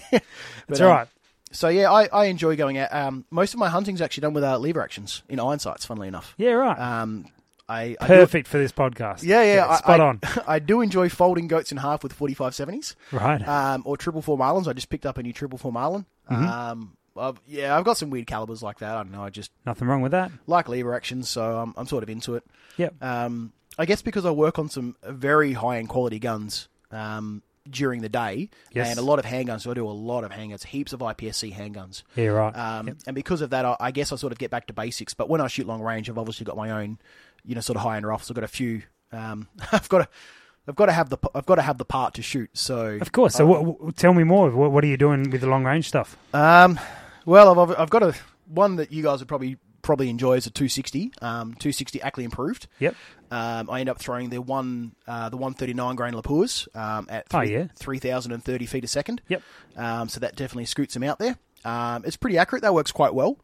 Speaker 2: That's
Speaker 3: but, um,
Speaker 2: all right.
Speaker 3: so yeah, I, I enjoy going out. Um, most of my hunting's actually done with uh, lever actions in iron sights. Funnily enough,
Speaker 2: Yeah, right.
Speaker 3: um, I, I do-
Speaker 2: Perfect for this podcast.
Speaker 3: yeah, yeah, I-
Speaker 2: spot
Speaker 3: I-
Speaker 2: on.
Speaker 3: I do enjoy folding goats in half with forty five seventies
Speaker 2: Right.
Speaker 3: um, or triple four marlins. I just picked up a new triple four marlin.
Speaker 2: Mm-hmm.
Speaker 3: Um, I've, yeah, I've got some weird calibers like that. I don't know. I just
Speaker 2: Nothing wrong with that.
Speaker 3: like lever actions, so I'm, I'm sort of into it.
Speaker 2: Yep.
Speaker 3: Um, I guess because I work on some very high end quality guns um, during the day,
Speaker 2: Yes.
Speaker 3: and a lot of handguns. So I do a lot of handguns, heaps of IPSC handguns.
Speaker 2: yeah, right.
Speaker 3: Um, And because of that, I, I guess I sort of get back to basics. But when I shoot long range, I've obviously got my own, you know, sort of high end rifles. I've got a few. Um, I've got to, I've got to have the, p- I've got to have the part to shoot. So
Speaker 2: of course. So, what, what- tell me more. What, what are you doing with the long range stuff?
Speaker 3: Um, well, I've, I've got a one that you guys would probably probably enjoy is a 260, um, 260 Ackley improved.
Speaker 2: Yep.
Speaker 3: Um, I end up throwing the one uh, the 139 grain Lapurs um, at
Speaker 2: Oh,
Speaker 3: three-
Speaker 2: yeah.
Speaker 3: 3,030 feet a second.
Speaker 2: Yep.
Speaker 3: Um, so that definitely scoots them out there. Um, it's pretty accurate. That works quite well.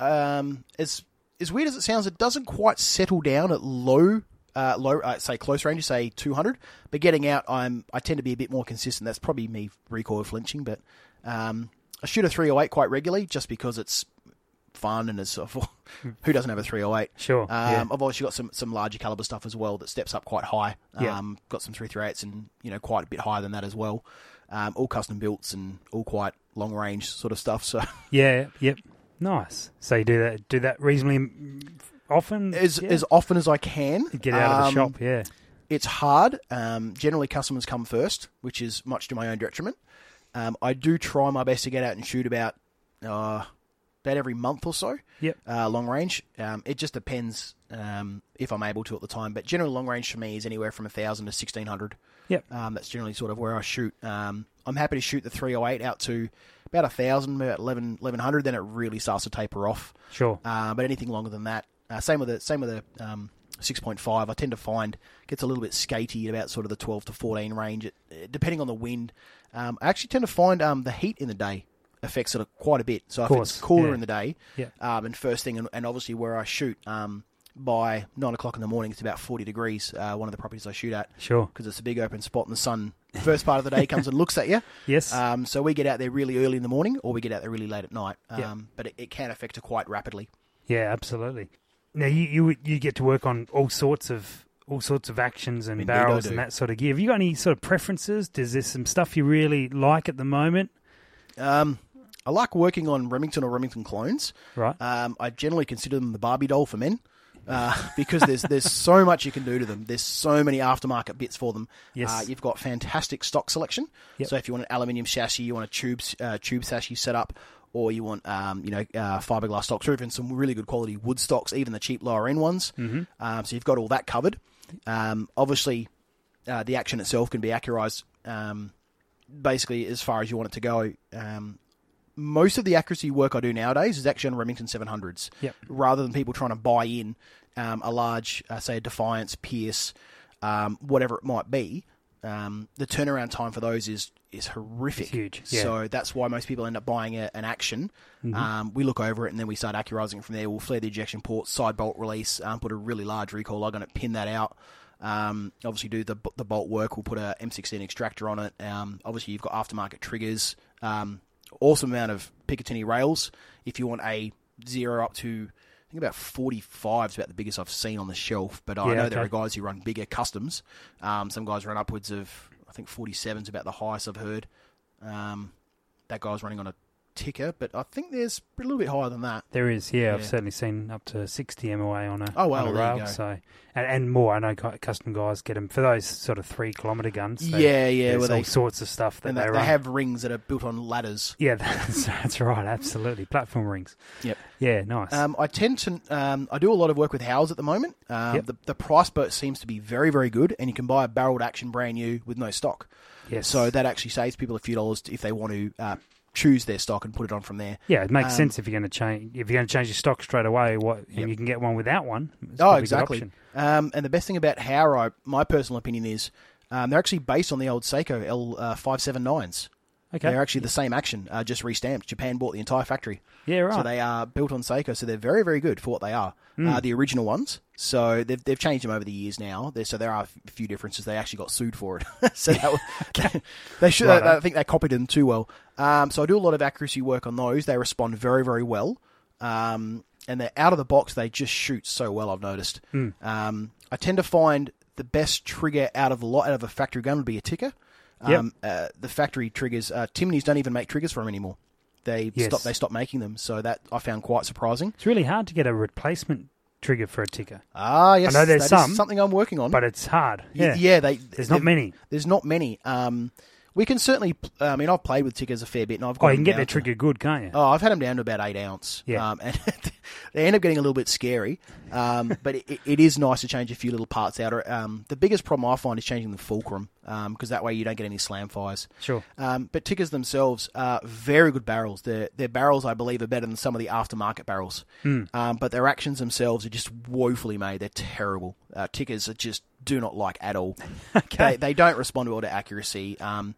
Speaker 3: um, as as weird as it sounds, it doesn't quite settle down at low. Uh, low, uh, say close range, say 200. But getting out, I'm I tend to be a bit more consistent. That's probably me recoil flinching, but um, I shoot a 308 quite regularly just because it's fun and it's who doesn't have a 308?
Speaker 2: Sure,
Speaker 3: Um,
Speaker 2: yeah.
Speaker 3: I've obviously got some some larger caliber stuff as well that steps up quite high.
Speaker 2: Yeah.
Speaker 3: Um, got some 338s and you know quite a bit higher than that as well. Um, all custom builts and all quite long range sort of stuff. So
Speaker 2: Yeah. Yep. Nice. So you do that. Do that reasonably mm, often.
Speaker 3: as
Speaker 2: yeah?
Speaker 3: as often as I can,
Speaker 2: get out of the
Speaker 3: Um,
Speaker 2: shop. Yeah.
Speaker 3: It's hard. Um, generally, customers come first, which is much to my own detriment. Um, I do try my best to get out and shoot about uh, about every month or so.
Speaker 2: Yep.
Speaker 3: uh, long range. Um, it just depends um, if I'm able to at the time, but generally long range for me is anywhere from thousand to sixteen hundred.
Speaker 2: Yep.
Speaker 3: Um, that's generally sort of where I shoot. Um, I'm happy to shoot the 308 out to about a thousand, about 11, 1100. Then it really starts to taper off.
Speaker 2: Sure.
Speaker 3: Uh, but anything longer than that, uh, same with the same with the um, 6.5. I tend to find gets a little bit skatey at about sort of the 12 to 14 range, it, it- depending on the wind. Um, I actually tend to find um, the heat in the day affects it quite a bit. So if
Speaker 2: course,
Speaker 3: it's cooler
Speaker 2: yeah.
Speaker 3: in the day,
Speaker 2: Yeah.
Speaker 3: um, and first thing, and, and obviously where I shoot. Um, by nine o'clock in the morning, it's about forty degrees. Uh, one of the properties I shoot at,
Speaker 2: Sure.
Speaker 3: because it's a big open spot, and the sun first part of the day comes and looks at you.
Speaker 2: Yes.
Speaker 3: Um, so we get out there really early in the morning, or we get out there really late at night. Um,
Speaker 2: Yeah.
Speaker 3: But it, it can affect it quite rapidly.
Speaker 2: Yeah, absolutely. Now you you you get to work on all sorts of all sorts of actions and
Speaker 3: Indeed I
Speaker 2: barrels
Speaker 3: do.
Speaker 2: and that sort of gear. Have you got any sort of preferences? Does there some stuff you really like at the moment?
Speaker 3: Um, I like working on Remington or Remington clones.
Speaker 2: Right.
Speaker 3: Um, I generally consider them the Barbie doll for men. Uh, because there's there's so much you can do to them. There's so many aftermarket bits for them.
Speaker 2: Yes.
Speaker 3: Uh, you've got fantastic stock selection.
Speaker 2: Yep.
Speaker 3: So if you want an aluminium chassis, you want a tube uh, tube chassis setup, or you want um, you know uh, fiberglass stocks, or even some really good quality wood stocks, even the cheap lower end ones. Mm-hmm. Um, so you've got all that covered. Um, obviously, uh, the action itself can be accurized um, basically as far as you want it to go. Um, most of the accuracy work I do nowadays is actually on Remington 700s,
Speaker 2: Yep.
Speaker 3: rather than people trying to buy in um, a large, uh, say, a Defiance, Pierce, um, whatever it might be. Um, the turnaround time for those is is horrific.
Speaker 2: It's huge, yeah. Mm-hmm.
Speaker 3: So that's why most people end up buying a, an action. Um, we look over it and then we start accurizing it from there. We'll flare the ejection port, side bolt release, um, put a really large recoil lug on it, pin that out. Um, obviously, do the the bolt work. We'll put a M16 extractor on it. Um, obviously, you've got aftermarket triggers. Um, awesome amount of Picatinny rails. If you want a zero up to, I think about 45 is about the biggest I've seen on the shelf. But I
Speaker 2: Yeah,
Speaker 3: know there
Speaker 2: okay.
Speaker 3: are guys who run bigger customs. Um, some guys run upwards of, I think 47 is about the highest I've heard. Um, that guy's running on a ticker, but I think there's a little bit higher than that.
Speaker 2: There is, yeah, I've
Speaker 3: Yeah.
Speaker 2: certainly seen up to sixty MOA on a
Speaker 3: Oh, wow,
Speaker 2: on a
Speaker 3: there you
Speaker 2: rail,
Speaker 3: go.
Speaker 2: so and, and more. I know cu- custom guys get them for those sort of three kilometer guns. they-
Speaker 3: yeah, yeah.
Speaker 2: there's
Speaker 3: Where
Speaker 2: all
Speaker 3: they,
Speaker 2: sorts of stuff that
Speaker 3: and
Speaker 2: they,
Speaker 3: they, they
Speaker 2: run.
Speaker 3: have rings that are built on ladders.
Speaker 2: yeah, that's, that's right, absolutely. Platform rings.
Speaker 3: Yep.
Speaker 2: Yeah, nice.
Speaker 3: Um, I tend to, um, I do a lot of work with Howells at the moment. Um,
Speaker 2: Yep.
Speaker 3: the, the price boat seems to be very, very good, and you can buy a barreled action brand new with no stock.
Speaker 2: yes.
Speaker 3: So that actually saves people a few dollars if they want to uh, choose their stock and put it on from there.
Speaker 2: Yeah, it makes
Speaker 3: Um,
Speaker 2: sense if you're going to change if you're going to change your stock straight away. What and
Speaker 3: Yep.
Speaker 2: you can get one without one. It's
Speaker 3: oh,
Speaker 2: probably a good
Speaker 3: exactly.
Speaker 2: option.
Speaker 3: Um, and the best thing about Howrah, I, my personal opinion is, um, they're actually based on the old Seiko L uh, 579s.
Speaker 2: Okay.
Speaker 3: They're actually the same action, uh, just restamped. Japan bought the entire factory.
Speaker 2: yeah, right.
Speaker 3: So they are built on Seiko, so they're very, very good for what they are.
Speaker 2: Hmm.
Speaker 3: Uh, the original ones. So they've, they've changed them over the years now. There, so there are a few differences. They actually got sued for it. so that was, they should.
Speaker 2: Right
Speaker 3: I,
Speaker 2: on.
Speaker 3: I think they copied them too well. Um, so I do a lot of accuracy work on those. They respond very, very well. Um, and they're out of the box. They just shoot so well. I've noticed.
Speaker 2: Hmm.
Speaker 3: Um, I tend to find the best trigger out of a lot out of a factory gun would be a ticker.
Speaker 2: Yep.
Speaker 3: Um, uh, the factory triggers. Uh, Timneys don't even make triggers for them anymore. They
Speaker 2: Yes.
Speaker 3: stop. They stopped making them, so that I found quite surprising.
Speaker 2: it's really hard to get a replacement trigger for a ticker,
Speaker 3: Ah, yes,
Speaker 2: I know there's
Speaker 3: that is
Speaker 2: some,
Speaker 3: something I'm working on.
Speaker 2: but it's hard.
Speaker 3: Y-
Speaker 2: Yeah,
Speaker 3: yeah, they
Speaker 2: there's not
Speaker 3: they-
Speaker 2: many.
Speaker 3: There's not many. Um, we can certainly. I mean, I've played with tickers a fair bit, and I've got.
Speaker 2: Oh, you can
Speaker 3: them
Speaker 2: get
Speaker 3: down
Speaker 2: their
Speaker 3: to-
Speaker 2: trigger good, can't you?
Speaker 3: Oh, I've had them down to about eight ounce.
Speaker 2: Yeah.
Speaker 3: Um, and they end up getting a little bit scary. Um, but it, it- it is nice to change a few little parts out. Or, Um, the biggest problem I find is changing the fulcrum because that way you don't get any slam fires.
Speaker 2: Sure.
Speaker 3: Um, but tickers themselves are very good barrels. Their their barrels, I believe, are better than some of the aftermarket barrels. Um, but their actions themselves are just woefully made. They're terrible. Uh, tickers are just do not like at all. They they don't respond well to accuracy. Um,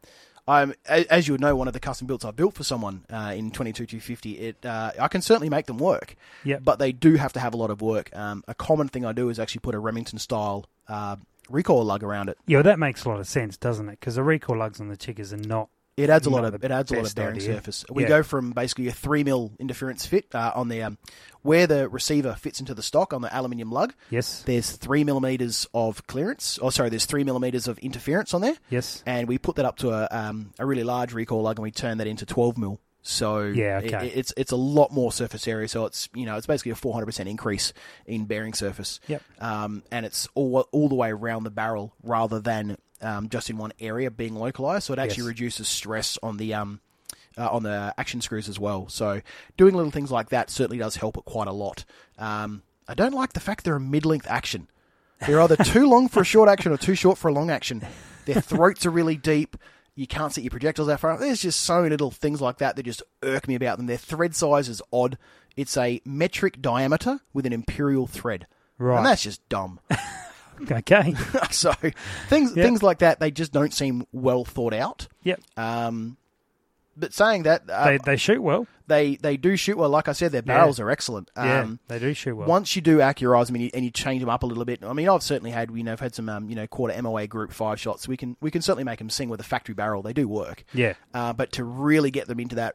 Speaker 3: I'm, a- as you would know, one of the custom builds I built for someone uh, in 22250. It uh, I can certainly make them work.
Speaker 2: Yep.
Speaker 3: But they do have to have a lot of work. Um, a common thing I do is actually put a Remington style uh, recoil lug around it.
Speaker 2: Yeah, well, that makes a lot of sense, doesn't it? Because the recoil lugs on the chiggers are not.
Speaker 3: It adds a
Speaker 2: Not
Speaker 3: lot of
Speaker 2: the
Speaker 3: it adds a lot of
Speaker 2: best
Speaker 3: bearing
Speaker 2: idea.
Speaker 3: surface. We
Speaker 2: Yeah.
Speaker 3: go from basically a three mil interference fit uh, on the um, where the receiver fits into the stock on the aluminium lug.
Speaker 2: Yes.
Speaker 3: There's three millimeters of clearance. Oh, sorry, there's three millimeters of interference on there.
Speaker 2: Yes.
Speaker 3: and we put that up to a um, a really large recoil lug, and we turn that into 12 mil. So
Speaker 2: Yeah, okay.
Speaker 3: it- it's it's a lot more surface area. So it's you know it's basically a 400 percent increase in bearing surface.
Speaker 2: Yep.
Speaker 3: Um, and it's all all the way around the barrel rather than um, just in one area being localized. So it actually
Speaker 2: Yes.
Speaker 3: reduces stress on the um. Uh, on the action screws as well, so doing little things like that certainly does help it quite a lot. Um, I don't like the fact they're a mid-length action. They're either too long for a short action or too short for a long action. Their throats are really deep. You can't set your projectiles that far. There's just so many little things like that that just irk me about them. Their thread size is odd. It's a metric diameter with an imperial thread.
Speaker 2: Right.
Speaker 3: And that's just dumb.
Speaker 2: Okay.
Speaker 3: so things
Speaker 2: Yeah.
Speaker 3: things like that they just don't seem well thought out.
Speaker 2: yep.
Speaker 3: Um, but saying that, uh,
Speaker 2: They, they shoot well.
Speaker 3: they, they do shoot well. Like I said, their barrels are excellent. Um,
Speaker 2: Yeah, they do shoot well.
Speaker 3: once you do accurize them and you, and you change them up a little bit, I mean, I've certainly had, you know, I've had some, um, you know, quarter MOA group five shots. We can we can certainly make them sing with a factory barrel. They do work.
Speaker 2: Yeah.
Speaker 3: Uh, but to really get them into that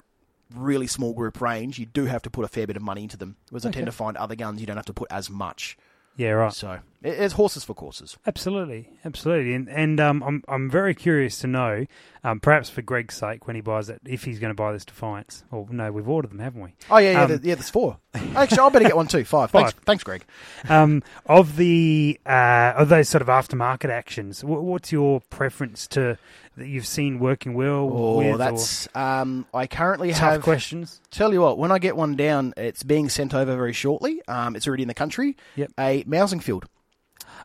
Speaker 3: really small group range, you do have to put a fair bit of money into them. Whereas I tend to find other guns you don't have to put as much.
Speaker 2: Yeah. Right.
Speaker 3: So it, it's horses for courses.
Speaker 2: Absolutely, absolutely, and and um, I'm I'm very curious to know, um, perhaps for Greg's sake, when he buys it, if he's going to buy this Defiance. Or no, we've ordered them, haven't we?
Speaker 3: Oh yeah, yeah,
Speaker 2: Um,
Speaker 3: there- yeah. There's four. Actually, I better get one too. Five. Thanks,
Speaker 2: Five.
Speaker 3: thanks, Greg.
Speaker 2: um, of the uh, of those sort of aftermarket actions, wh- what's your preference to that you've seen working well?
Speaker 3: Oh,
Speaker 2: with, or
Speaker 3: that's um. I currently
Speaker 2: tough
Speaker 3: have
Speaker 2: questions.
Speaker 3: Tell you what, when I get one down, it's being sent over very shortly. Um, it's already in the country.
Speaker 2: Yep.
Speaker 3: A mousing field.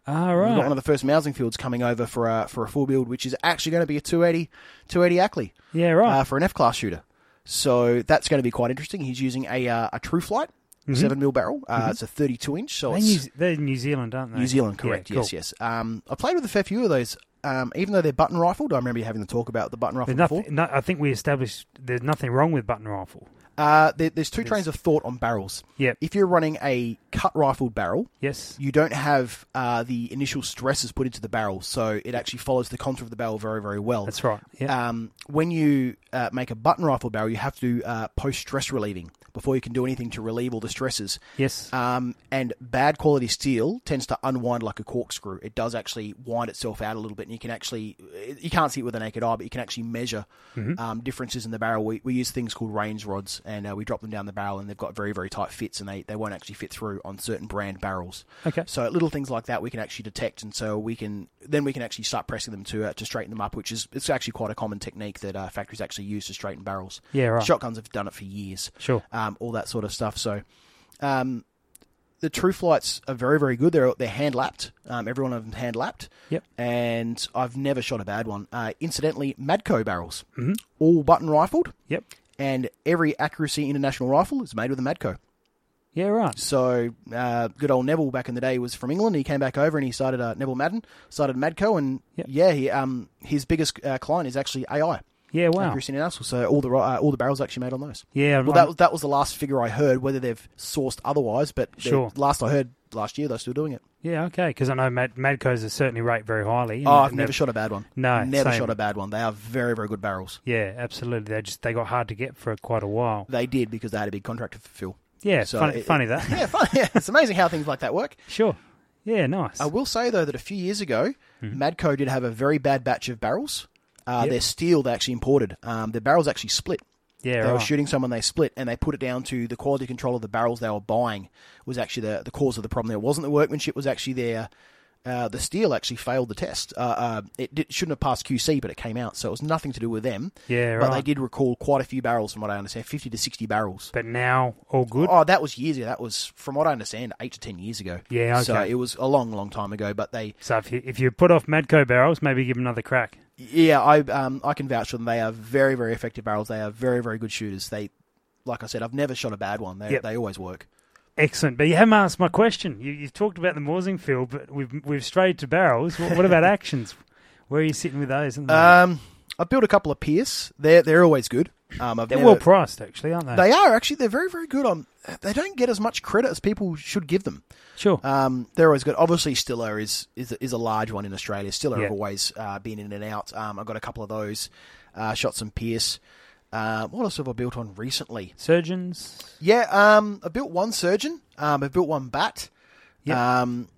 Speaker 2: All
Speaker 3: We've got
Speaker 2: Ah, right.
Speaker 3: one of the first mousing fields coming over for a for a full build, which is actually going to be a 280, 280 Ackley
Speaker 2: yeah, right.
Speaker 3: uh, for an F class shooter. So that's going to be quite interesting. He's using a uh, a True Flight
Speaker 2: Mm-hmm.
Speaker 3: seven mil barrel. Uh, It's a 32 inch. So
Speaker 2: they're,
Speaker 3: it's
Speaker 2: New, they're New Zealand, aren't they?
Speaker 3: New Zealand, correct?
Speaker 2: Yeah,
Speaker 3: Yes, yes. Um, I played with a fair few of those. Um, even though they're button rifled, I remember you having the talk about the button rifle
Speaker 2: There's
Speaker 3: before.
Speaker 2: nothing, no, I think we established there's nothing wrong with button rifle.
Speaker 3: Uh, there, there's two trains of thought on barrels.
Speaker 2: Yep.
Speaker 3: If you're running a cut rifled barrel,
Speaker 2: Yes.
Speaker 3: you don't have uh, the initial stresses put into the barrel, so it actually follows the contour of the barrel very, very well.
Speaker 2: That's right. Yeah.
Speaker 3: Um, when you uh, make a button rifle barrel, you have to uh, post stress relieving before you can do anything to relieve all the stresses.
Speaker 2: yes.
Speaker 3: Um, and bad quality steel tends to unwind like a corkscrew. It does actually wind itself out a little bit, and you can actually uh, you can't see it with the naked eye, but you can actually measure
Speaker 2: Mm-hmm.
Speaker 3: um, differences in the barrel. We, we use things called range rods, and uh, we drop them down the barrel, and they've got very very tight fits, and they, they won't actually fit through on certain brand barrels.
Speaker 2: Okay.
Speaker 3: So little things like that we can actually detect, and so we can then we can actually start pressing them to uh, to straighten them up, which is it's actually quite a common technique that uh, factories actually use to straighten barrels.
Speaker 2: Yeah, right.
Speaker 3: Shotguns have done it for years
Speaker 2: Sure.
Speaker 3: um, all that sort of stuff. So, um, the True Flights are very, very good. They're they're hand lapped. Um, every one of them hand lapped.
Speaker 2: Yep.
Speaker 3: And I've never shot a bad one. Uh, incidentally, Madco barrels, mm-hmm. all button rifled,
Speaker 2: Yep.
Speaker 3: and every accuracy international rifle is made with a Madco.
Speaker 2: Yeah. Right.
Speaker 3: So, uh, good old Neville back in the day was from England. He came back over and he started uh, Neville Madden, started Madco, and
Speaker 2: Yep.
Speaker 3: yeah, he, um, his biggest uh, client is actually AI.
Speaker 2: Yeah. Wow.
Speaker 3: Accuracy International. So all the ri- uh, all the barrels are actually made on those.
Speaker 2: Yeah.
Speaker 3: Well,
Speaker 2: I'm-
Speaker 3: that was that was the last figure I heard. Whether they've sourced otherwise, but they-
Speaker 2: Sure.
Speaker 3: last I heard last year, they're still doing it.
Speaker 2: Yeah, okay. Because I know Mad- Madcos are certainly rated very highly. and-
Speaker 3: Oh, I've
Speaker 2: and
Speaker 3: never
Speaker 2: they're-
Speaker 3: shot a bad one.
Speaker 2: No,
Speaker 3: never
Speaker 2: same.
Speaker 3: shot a bad one. They are very very good barrels.
Speaker 2: Yeah, absolutely. They just they got hard to get for quite a while.
Speaker 3: They did because they had a big contract to fulfill.
Speaker 2: Yeah,
Speaker 3: So
Speaker 2: funny,
Speaker 3: it-
Speaker 2: funny that.
Speaker 3: Yeah, fun. yeah, it's amazing how things like that work.
Speaker 2: sure. Yeah, nice.
Speaker 3: I will say though that a few years ago, Madco did have a very bad batch of barrels. Uh,
Speaker 2: Hmm. Yep.
Speaker 3: Their steel they actually imported. Um, their barrels actually split.
Speaker 2: yeah,
Speaker 3: they were
Speaker 2: right.
Speaker 3: shooting someone they split and they put it down to the quality control of the barrels they were buying was actually the, the cause of the problem there it wasn't the workmanship was actually there uh, the steel actually failed the test uh, uh, it did, shouldn't have passed qc but it came out so it was nothing to do with them
Speaker 2: Yeah,
Speaker 3: but
Speaker 2: right.
Speaker 3: they did recall quite a few barrels from what i understand 50 to 60 barrels
Speaker 2: But now all good.
Speaker 3: Oh, that was years ago. That was, from what I understand, eight to ten years ago.
Speaker 2: Yeah, okay.
Speaker 3: So it was a long, long time ago. But they,
Speaker 2: So if you if you put off Madco barrels, maybe give 'em another crack.
Speaker 3: yeah, I, um, I can vouch for them. They are very, very effective barrels. They are very, very good shooters. They, like I said, I've never shot a bad one. They,
Speaker 2: Yep.
Speaker 3: they always work.
Speaker 2: Excellent. But you haven't asked my question. You, you've talked about the Morsing field, but we've we've strayed to barrels. What, what about actions? Where are you sitting with those? at the moment?
Speaker 3: Um, I built a couple of Pierce. They're they're always good. Um, I've
Speaker 2: They're
Speaker 3: never-
Speaker 2: well priced, actually, aren't they?
Speaker 3: They are actually. They're very very good. On they don't get as much credit as people should give them.
Speaker 2: sure.
Speaker 3: Um, they're always good. Obviously, Stiller is is, is a large one in Australia. Stiller
Speaker 2: Yeah.
Speaker 3: have always uh, been in and out. Um, I've got a couple of those. Uh, shot some Pierce. Uh, what else have I built on recently?
Speaker 2: Surgeons.
Speaker 3: Yeah, um, I built one surgeon. Um, I built one bat.
Speaker 2: Yep.
Speaker 3: Um,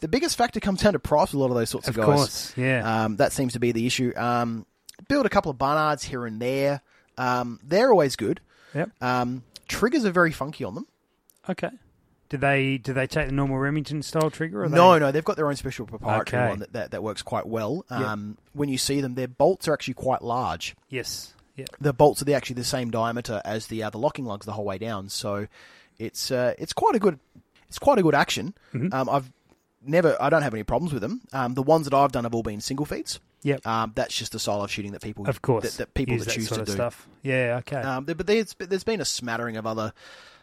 Speaker 3: the biggest factor comes down to price. with A lot of those sorts of,
Speaker 2: Of
Speaker 3: guys.
Speaker 2: course, yeah.
Speaker 3: Um, that seems to be the issue. Um, build a couple of Barnards here and there. Um, they're always good.
Speaker 2: Yep.
Speaker 3: Um, triggers are very funky on them.
Speaker 2: Okay. Do they do they take the normal Remington style trigger? Or
Speaker 3: No,
Speaker 2: they...
Speaker 3: no, they've got their own special proprietary
Speaker 2: Okay.
Speaker 3: one that, that, that works quite well. Um, When you see them, their bolts are actually quite large.
Speaker 2: Yes. Yeah.
Speaker 3: The bolts are the, actually the same diameter as the uh, the locking lugs the whole way down. So it's uh, it's quite a good it's quite a good action.
Speaker 2: Mm-hmm.
Speaker 3: Um, I've never I don't have any problems with them. Um, the ones that I've done have all been single feeds.
Speaker 2: Yep.
Speaker 3: Um, that's just the style of shooting that people
Speaker 2: of course.
Speaker 3: that, that people
Speaker 2: Use
Speaker 3: that choose
Speaker 2: sort
Speaker 3: to
Speaker 2: of
Speaker 3: do.
Speaker 2: stuff. Yeah. Okay.
Speaker 3: Um, there- but there's but there's been a smattering of other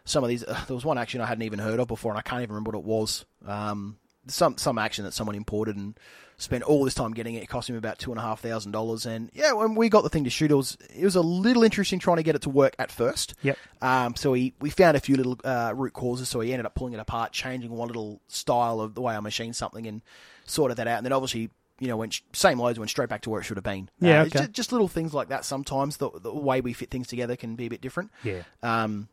Speaker 3: some of these. Uh, there was one action I hadn't even heard of before, and I can't even remember what it was. Um, some some action that someone imported and spent all this time getting it. It cost him about two and a half thousand dollars. And yeah, when we got the thing to shoot, it was it was a little interesting trying to get it to work at first.
Speaker 2: Yep.
Speaker 3: Um, so we we found a few little uh, root causes. So he ended up pulling it apart, changing one little style of the way I machine something, and sorted that out. And then obviously. You know, went sh- same loads went straight back to where it should have been.
Speaker 2: Yeah,
Speaker 3: it's
Speaker 2: okay.
Speaker 3: Uh, ju- just little things like that sometimes the, the way we fit things together can be a bit different
Speaker 2: yeah.
Speaker 3: um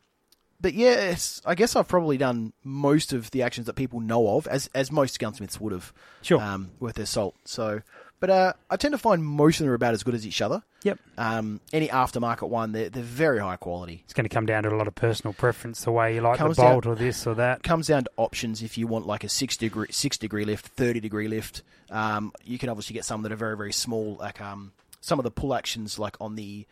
Speaker 3: but yeah it's, i guess i've probably done most of the actions that people know of as as most gunsmiths would have
Speaker 2: Sure.
Speaker 3: um with their salt so but uh i tend to find most of them are about as good as each other
Speaker 2: Yep.
Speaker 3: um any aftermarket one they're, they're very high quality
Speaker 2: It's going to come down to a lot of personal preference, the way you like the
Speaker 3: Comes down-
Speaker 2: bolt or this or that.
Speaker 3: comes down to options if you want like a six degree six degree lift 30 degree lift um you can obviously get some that are very very small like um some of the pull actions like on the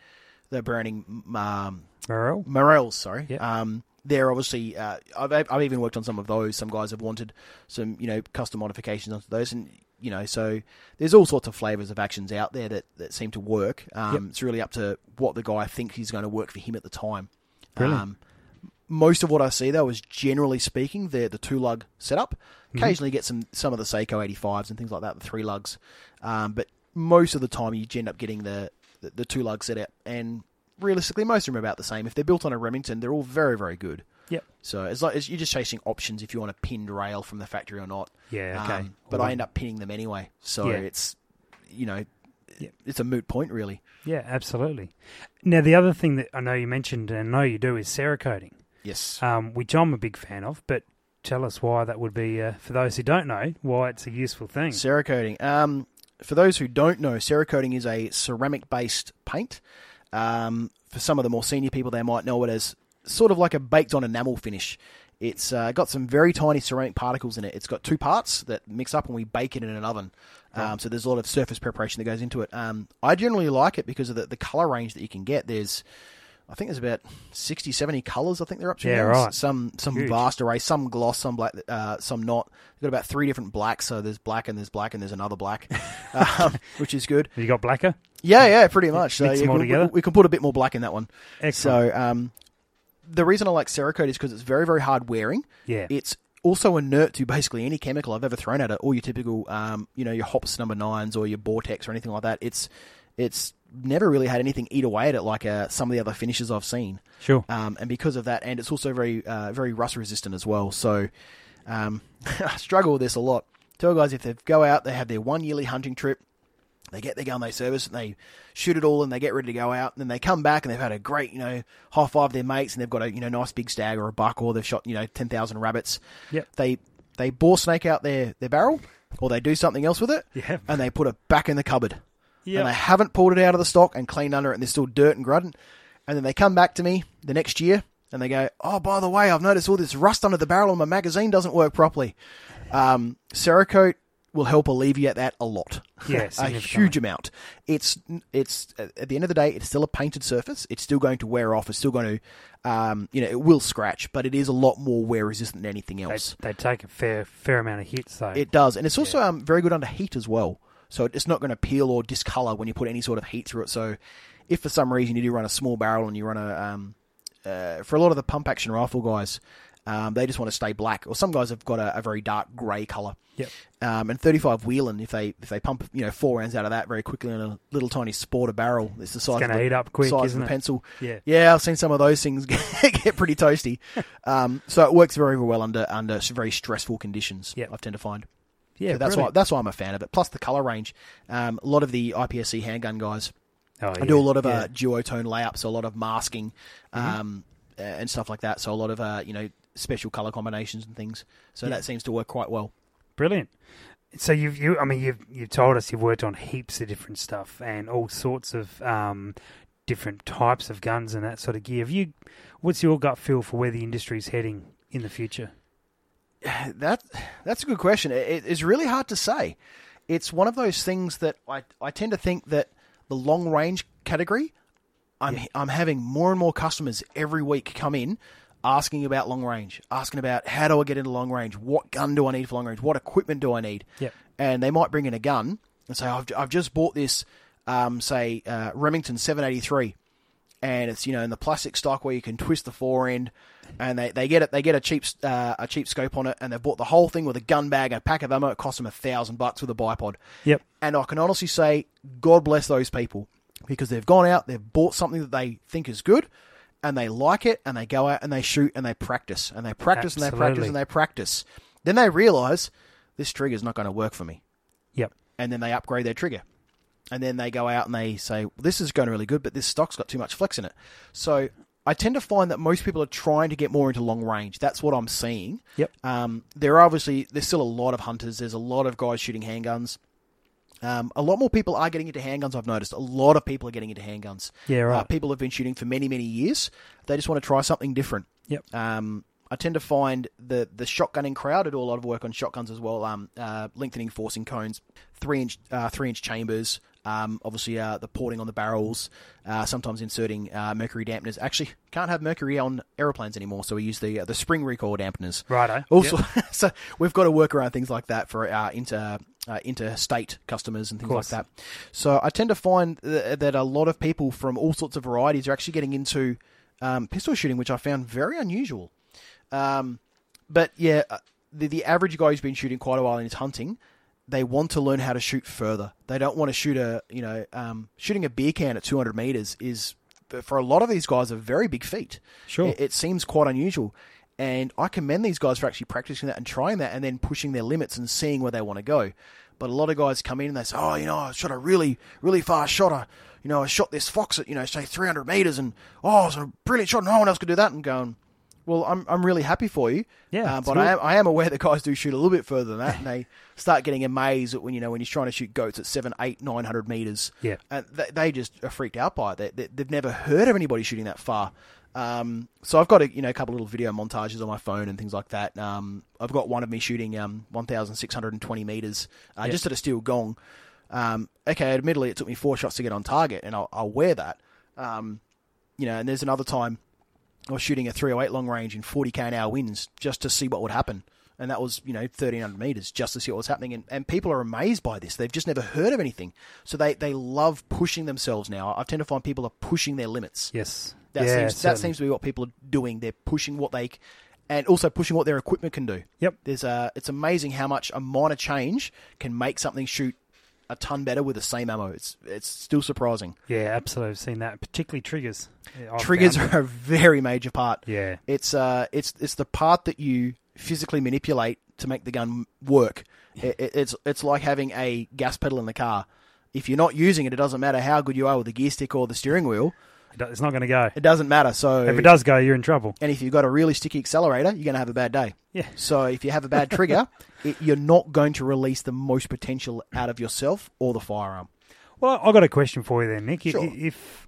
Speaker 3: the burning um
Speaker 2: Morel.
Speaker 3: Morels, sorry.
Speaker 2: Yeah.
Speaker 3: Um, they're obviously. Uh, I've I've even worked on some of those. Some guys have wanted some you know custom modifications onto those, and you know so there's all sorts of flavors of actions out there that that seem to work. Um, It's really up to what the guy thinks is going to work for him at the time.
Speaker 2: Brilliant.
Speaker 3: Um, most of what I see though is generally speaking they're the two lug setup.
Speaker 2: Mm-hmm.
Speaker 3: Occasionally get some some of the Seiko 85s and things like that, the three lugs, um, but most of the time you end up getting the the, the two lug setup. And realistically, most of them are about the same. If they're built on a Remington, they're all very very good.
Speaker 2: Yep.
Speaker 3: So as long as you're just chasing options if you want a pinned rail from the factory or not.
Speaker 2: Yeah, okay.
Speaker 3: Um, but I end up pinning them anyway, so
Speaker 2: Yeah.
Speaker 3: it's you know
Speaker 2: Yep.
Speaker 3: it's a moot point really.
Speaker 2: Yeah, absolutely. Now, the other thing that I know you mentioned and I know you do is Cerakoting,
Speaker 3: Yes.
Speaker 2: um, which I'm a big fan of, but tell us why that would be, uh, for those who don't know, why it's a useful thing.
Speaker 3: Cerakoting. Um, for those who don't know, Cerakoting is a ceramic based paint. Um, for some of the more senior people, they might know it as sort of like a baked on enamel finish. It's uh, got some very tiny ceramic particles in it. It's got two parts that mix up when we bake it in an oven. Um, so there's a lot of surface preparation that goes into it. Um, I generally like it because of the, the color range that you can get. There's, I think there's about 60, 70 colors. I think they're up to
Speaker 2: Yeah,
Speaker 3: now.
Speaker 2: right.
Speaker 3: Some some
Speaker 2: Huge.
Speaker 3: vast array, some gloss, some black, uh, some not. We've got about three different blacks. So there's black and there's black and there's another black, um, which is good.
Speaker 2: Have you got blacker?
Speaker 3: Yeah, yeah, pretty much. So
Speaker 2: mix
Speaker 3: yeah,
Speaker 2: them all
Speaker 3: we- we-
Speaker 2: together.
Speaker 3: We, can put a bit more black in that one.
Speaker 2: Excellent.
Speaker 3: So um, the reason I like Cerakote is because it's very, very hard wearing.
Speaker 2: Yeah.
Speaker 3: It's also inert to basically any chemical I've ever thrown at it, or your typical, um, you know, your hops number nines or your Vortex or anything like that. It's it's never really had anything eat away at it like uh, some of the other finishes I've seen.
Speaker 2: Sure.
Speaker 3: Um, and because of that, and it's also very, uh, very rust resistant as well. So um, I struggle with this a lot. Tell guys if they go out, they have their one yearly hunting trip. They get their gun, they service, and they shoot it all, and they get ready to go out. And then they come back, and they've had a great, you know, high five their mates, and they've got a you know nice big stag or a buck, or they've shot you know ten thousand rabbits.
Speaker 2: Yep.
Speaker 3: They they bore snake out their their barrel, or they do something else with it,
Speaker 2: Yeah.
Speaker 3: and they put it back in the cupboard
Speaker 2: Yeah.
Speaker 3: and they haven't pulled it out of the stock and cleaned under it and there's still dirt and grud. And then they come back to me the next year and they go, Oh, by the way, I've noticed all this rust under the barrel and my magazine doesn't work properly. Um, Cerakote will help alleviate that a lot.
Speaker 2: Yeah,
Speaker 3: a
Speaker 2: significantly.
Speaker 3: huge amount. It's it's at the end of the day, it's still a painted surface. It's still going to wear off. It's still going to, um, you know, it will scratch, but it is a lot more wear resistant than anything
Speaker 2: they,
Speaker 3: else.
Speaker 2: they take a fair fair amount of hits, though.
Speaker 3: It does, and it's also um, very good under heat as well. So it's not going to peel or discolor when you put any sort of heat through it. So if for some reason you do run a small barrel and you run a, um, uh, for a lot of the pump action rifle guys, Um, they just want to stay black, or some guys have got a, a very dark grey colour.
Speaker 2: Yep.
Speaker 3: Um, and 35 Whelan, if they if they pump you know four rounds out of that very quickly on a little tiny sporter barrel, it's the size
Speaker 2: gonna
Speaker 3: of the,
Speaker 2: eat up quick,
Speaker 3: size
Speaker 2: isn't
Speaker 3: of
Speaker 2: it?
Speaker 3: a pencil.
Speaker 2: Yeah.
Speaker 3: yeah, I've seen some of those things get, get pretty toasty. um, so it works very well under under s- very stressful conditions.
Speaker 2: Yep.
Speaker 3: I tend to find.
Speaker 2: Yeah,
Speaker 3: So that's why
Speaker 2: brilliant.
Speaker 3: that's why I'm a fan of it. Plus the color range. Um, a lot of the IPSC handgun guys,
Speaker 2: Oh,
Speaker 3: I do a
Speaker 2: yeah,
Speaker 3: lot of
Speaker 2: yeah. Mm-hmm.
Speaker 3: uh, duotone layups, a lot of masking, um, uh, and stuff like that. So a lot of uh, you know special color combinations and things. So that seems to work quite well.
Speaker 2: Brilliant. So you've you I mean you've you've told us you've worked on heaps of different stuff and all sorts of um, different types of guns and that sort of gear. Have you what's your gut feel for where the industry's heading in the future?
Speaker 3: That that's a good question. It- It, it's really hard to say. It's one of those things that I I tend to think that the long range category. I'm I'm having more and more customers every week come in asking about long range, asking about how do I get into long range, what gun do I need for long range, what equipment do I need.
Speaker 2: Yep.
Speaker 3: And they might bring in a gun and say I've I've just bought this um, say uh, Remington 783 and it's you know in the plastic stock where you can twist the fore end, and they, they get it they get a cheap uh, a cheap scope on it, and they've bought the whole thing with a gun bag and a pack of ammo. It cost them a thousand bucks with a bipod.
Speaker 2: Yep.
Speaker 3: And I can honestly say, God bless those people because they've gone out, they've bought something that they think is good, and they like it, and they go out and they shoot and they practice and they practice and they practice
Speaker 2: Absolutely.
Speaker 3: and they practice. Then they realize this trigger's not going to work for me
Speaker 2: Yep.
Speaker 3: and then they upgrade their trigger. And then they go out and they say, This is going really good, but this stock's got too much flex in it. So I tend to find that most people are trying to get more into long range. That's what I'm seeing.
Speaker 2: Yep.
Speaker 3: Um, there are obviously, there's still a lot of hunters, there's a lot of guys shooting handguns. Um, a lot more people are getting into handguns, I've noticed. A lot of people are getting into handguns.
Speaker 2: Yeah,
Speaker 3: Uh,
Speaker 2: right.
Speaker 3: people have been shooting for many, many years. They just want to try something different.
Speaker 2: Yep.
Speaker 3: Um, I tend to find the the shotgunning crowd. I do a lot of work on shotguns as well. Um, uh, lengthening forcing cones, three inch uh, three inch chambers. Um, obviously uh, the porting on the barrels. Uh, sometimes inserting uh, mercury dampeners. Actually, can't have mercury on aeroplanes anymore, so we use the uh, the spring recoil dampeners.
Speaker 2: Righto.
Speaker 3: Also, so we've got to work around things like that for our inter uh, interstate customers and things like that. So I tend to find th- that a lot of people from all sorts of varieties are actually getting into um, pistol shooting, which I found very unusual. Um, but yeah, uh, the, the average guy who's been shooting quite a while and is hunting, they want to learn how to shoot further. They don't want to shoot a you know um, shooting a beer can at 200 meters is for a lot of these guys a very big feat.
Speaker 2: Sure.
Speaker 3: it, it seems quite unusual. And I commend these guys for actually practicing that and trying that and then pushing their limits and seeing where they want to go. But a lot of guys come in and they say, oh, you know, I shot a really, really fast shot. I, you know, I shot this fox at, you know, say 300 meters and, oh, it's a brilliant shot. No one else could do that. And going, well, I'm, I'm really happy for you.
Speaker 2: Yeah,
Speaker 3: Uh,
Speaker 2: it's
Speaker 3: but
Speaker 2: good.
Speaker 3: I am, I am aware that guys do shoot a little bit further than that and they start getting amazed at when, you know, when you're trying to shoot goats at seven, eight, 900 meters.
Speaker 2: Yeah.
Speaker 3: And they, they just are freaked out by it. They, they, they've never heard of anybody shooting that far. Um, so I've got a you know a couple little video montages on my phone and things like that. Um, I've got one of me shooting um, 1,620 meters uh, just at a steel gong. Um, okay, admittedly it took me four shots to get on target, and I'll, I'll wear that. Um, you know, and there's another time I was shooting a 308 long range in 40k an hour winds just to see what would happen. And that was, you know, 1300 meters just to see what was happening. And, and people are amazed by this. They've just never heard of anything. So they, they love pushing themselves now. I tend to find people are pushing their limits.
Speaker 2: Yes.
Speaker 3: That,
Speaker 2: yeah,
Speaker 3: seems, that
Speaker 2: certainly.
Speaker 3: seems to be what people are doing. They're pushing what they, c- and also pushing what their equipment can do.
Speaker 2: Yep.
Speaker 3: There's a, it's amazing how much a minor change can make something shoot a ton better with the same ammo. It's, it's still surprising.
Speaker 2: Yeah, absolutely. I've seen that. Particularly triggers. Yeah, I've
Speaker 3: Triggers
Speaker 2: found-
Speaker 3: are a very major part.
Speaker 2: Oh, Yeah.
Speaker 3: It's uh, it's it's the part that you physically manipulate to make the gun work. It, it- it's it's like having a gas pedal in the car. If you're not using it, it doesn't matter how good you are with the gear stick or the steering wheel.
Speaker 2: It's not going to go.
Speaker 3: It doesn't matter. So
Speaker 2: If it does go, you're in trouble.
Speaker 3: and if you've got a really sticky accelerator, you're going to have a bad day.
Speaker 2: Yeah.
Speaker 3: So if you have a bad trigger, it, you're not going to release the most potential out of yourself or the firearm.
Speaker 2: Well, I- I've got a question for you then, Nick. If-
Speaker 3: Sure.
Speaker 2: If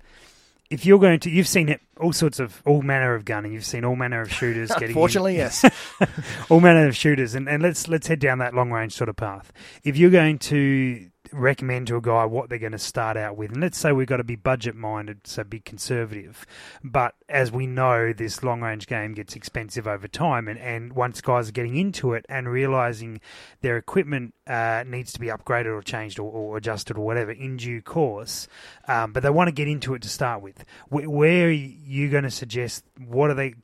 Speaker 2: if you're going to, you've seen it, all sorts of all manner of gun, and you've seen all manner of shooters getting. in-
Speaker 3: Fortunately, yes.
Speaker 2: all manner of shooters, and, and let's let's head down that long range sort of path. If you're going to recommend to a guy what they're going to start out with, and let's say we've got to be budget minded, so be conservative, but as we know, this long range game gets expensive over time, and, and once guys are getting into it and realizing their equipment uh, needs to be upgraded or changed or, or adjusted or whatever in due course, um, but they want to get into it to start with. Where, where are you going to suggest? What are they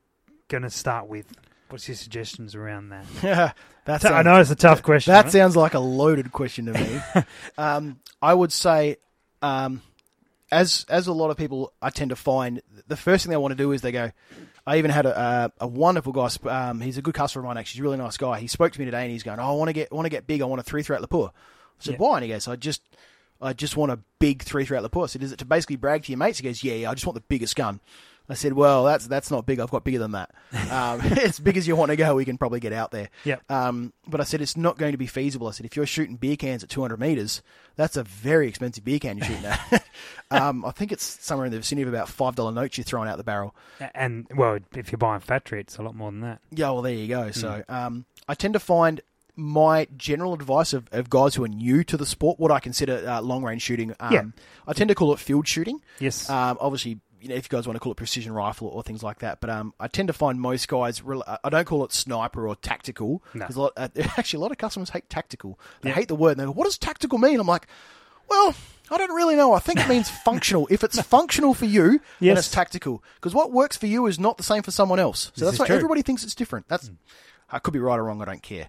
Speaker 2: going to start with? What's your suggestions around that?
Speaker 3: Yeah, that's
Speaker 2: I know it's a tough question.
Speaker 3: That
Speaker 2: right?
Speaker 3: sounds like a loaded question to me. um, I would say, um, as as a lot of people, I tend to find the first thing they want to do is they go. I even had a, a, a wonderful guy. sp- Um, he's a good customer of mine. Actually, he's a really nice guy. He spoke to me today, and he's going, oh, "I want to get want to get big. I want a three throughout Lapua." I said, "Why?" And he goes, "I just." I just want a big three throughout Lapua. I said, is it to basically brag to your mates? He goes, yeah, yeah, I just want the biggest gun. I said, well, that's that's not big. I've got bigger than that. Um, as big as you want to go, we can probably get out there.
Speaker 2: Yep.
Speaker 3: Um, but I said it's not going to be feasible. I said if you're shooting beer cans at 200 meters, that's a very expensive beer can you're shooting at. um, I think it's somewhere in the vicinity of about five dollar notes you're throwing out the barrel.
Speaker 2: And well, if you're buying factory, it's a lot more than that.
Speaker 3: Yeah, well, there you go. So um, I tend to find my general advice of, of guys who are new to the sport, what I consider uh, long range shooting, um,
Speaker 2: Yeah.
Speaker 3: I tend to call it field shooting.
Speaker 2: Yes.
Speaker 3: Um, obviously, you know, if you guys want to call it precision rifle or, things like that, but um, I tend to find most guys, rel- I don't call it sniper or tactical.
Speaker 2: No.
Speaker 3: 'cause a lot, uh, actually, a lot of customers hate tactical. They hate the word. And they go, what does tactical mean? I'm like, well, I don't really know. I think it means functional. If it's functional for you, then
Speaker 2: Yes.
Speaker 3: it's tactical. Because what works for you is not the same for someone else. So
Speaker 2: is
Speaker 3: that's why
Speaker 2: true. Hmm.
Speaker 3: everybody thinks it's different. That's I could be right or wrong. I don't care.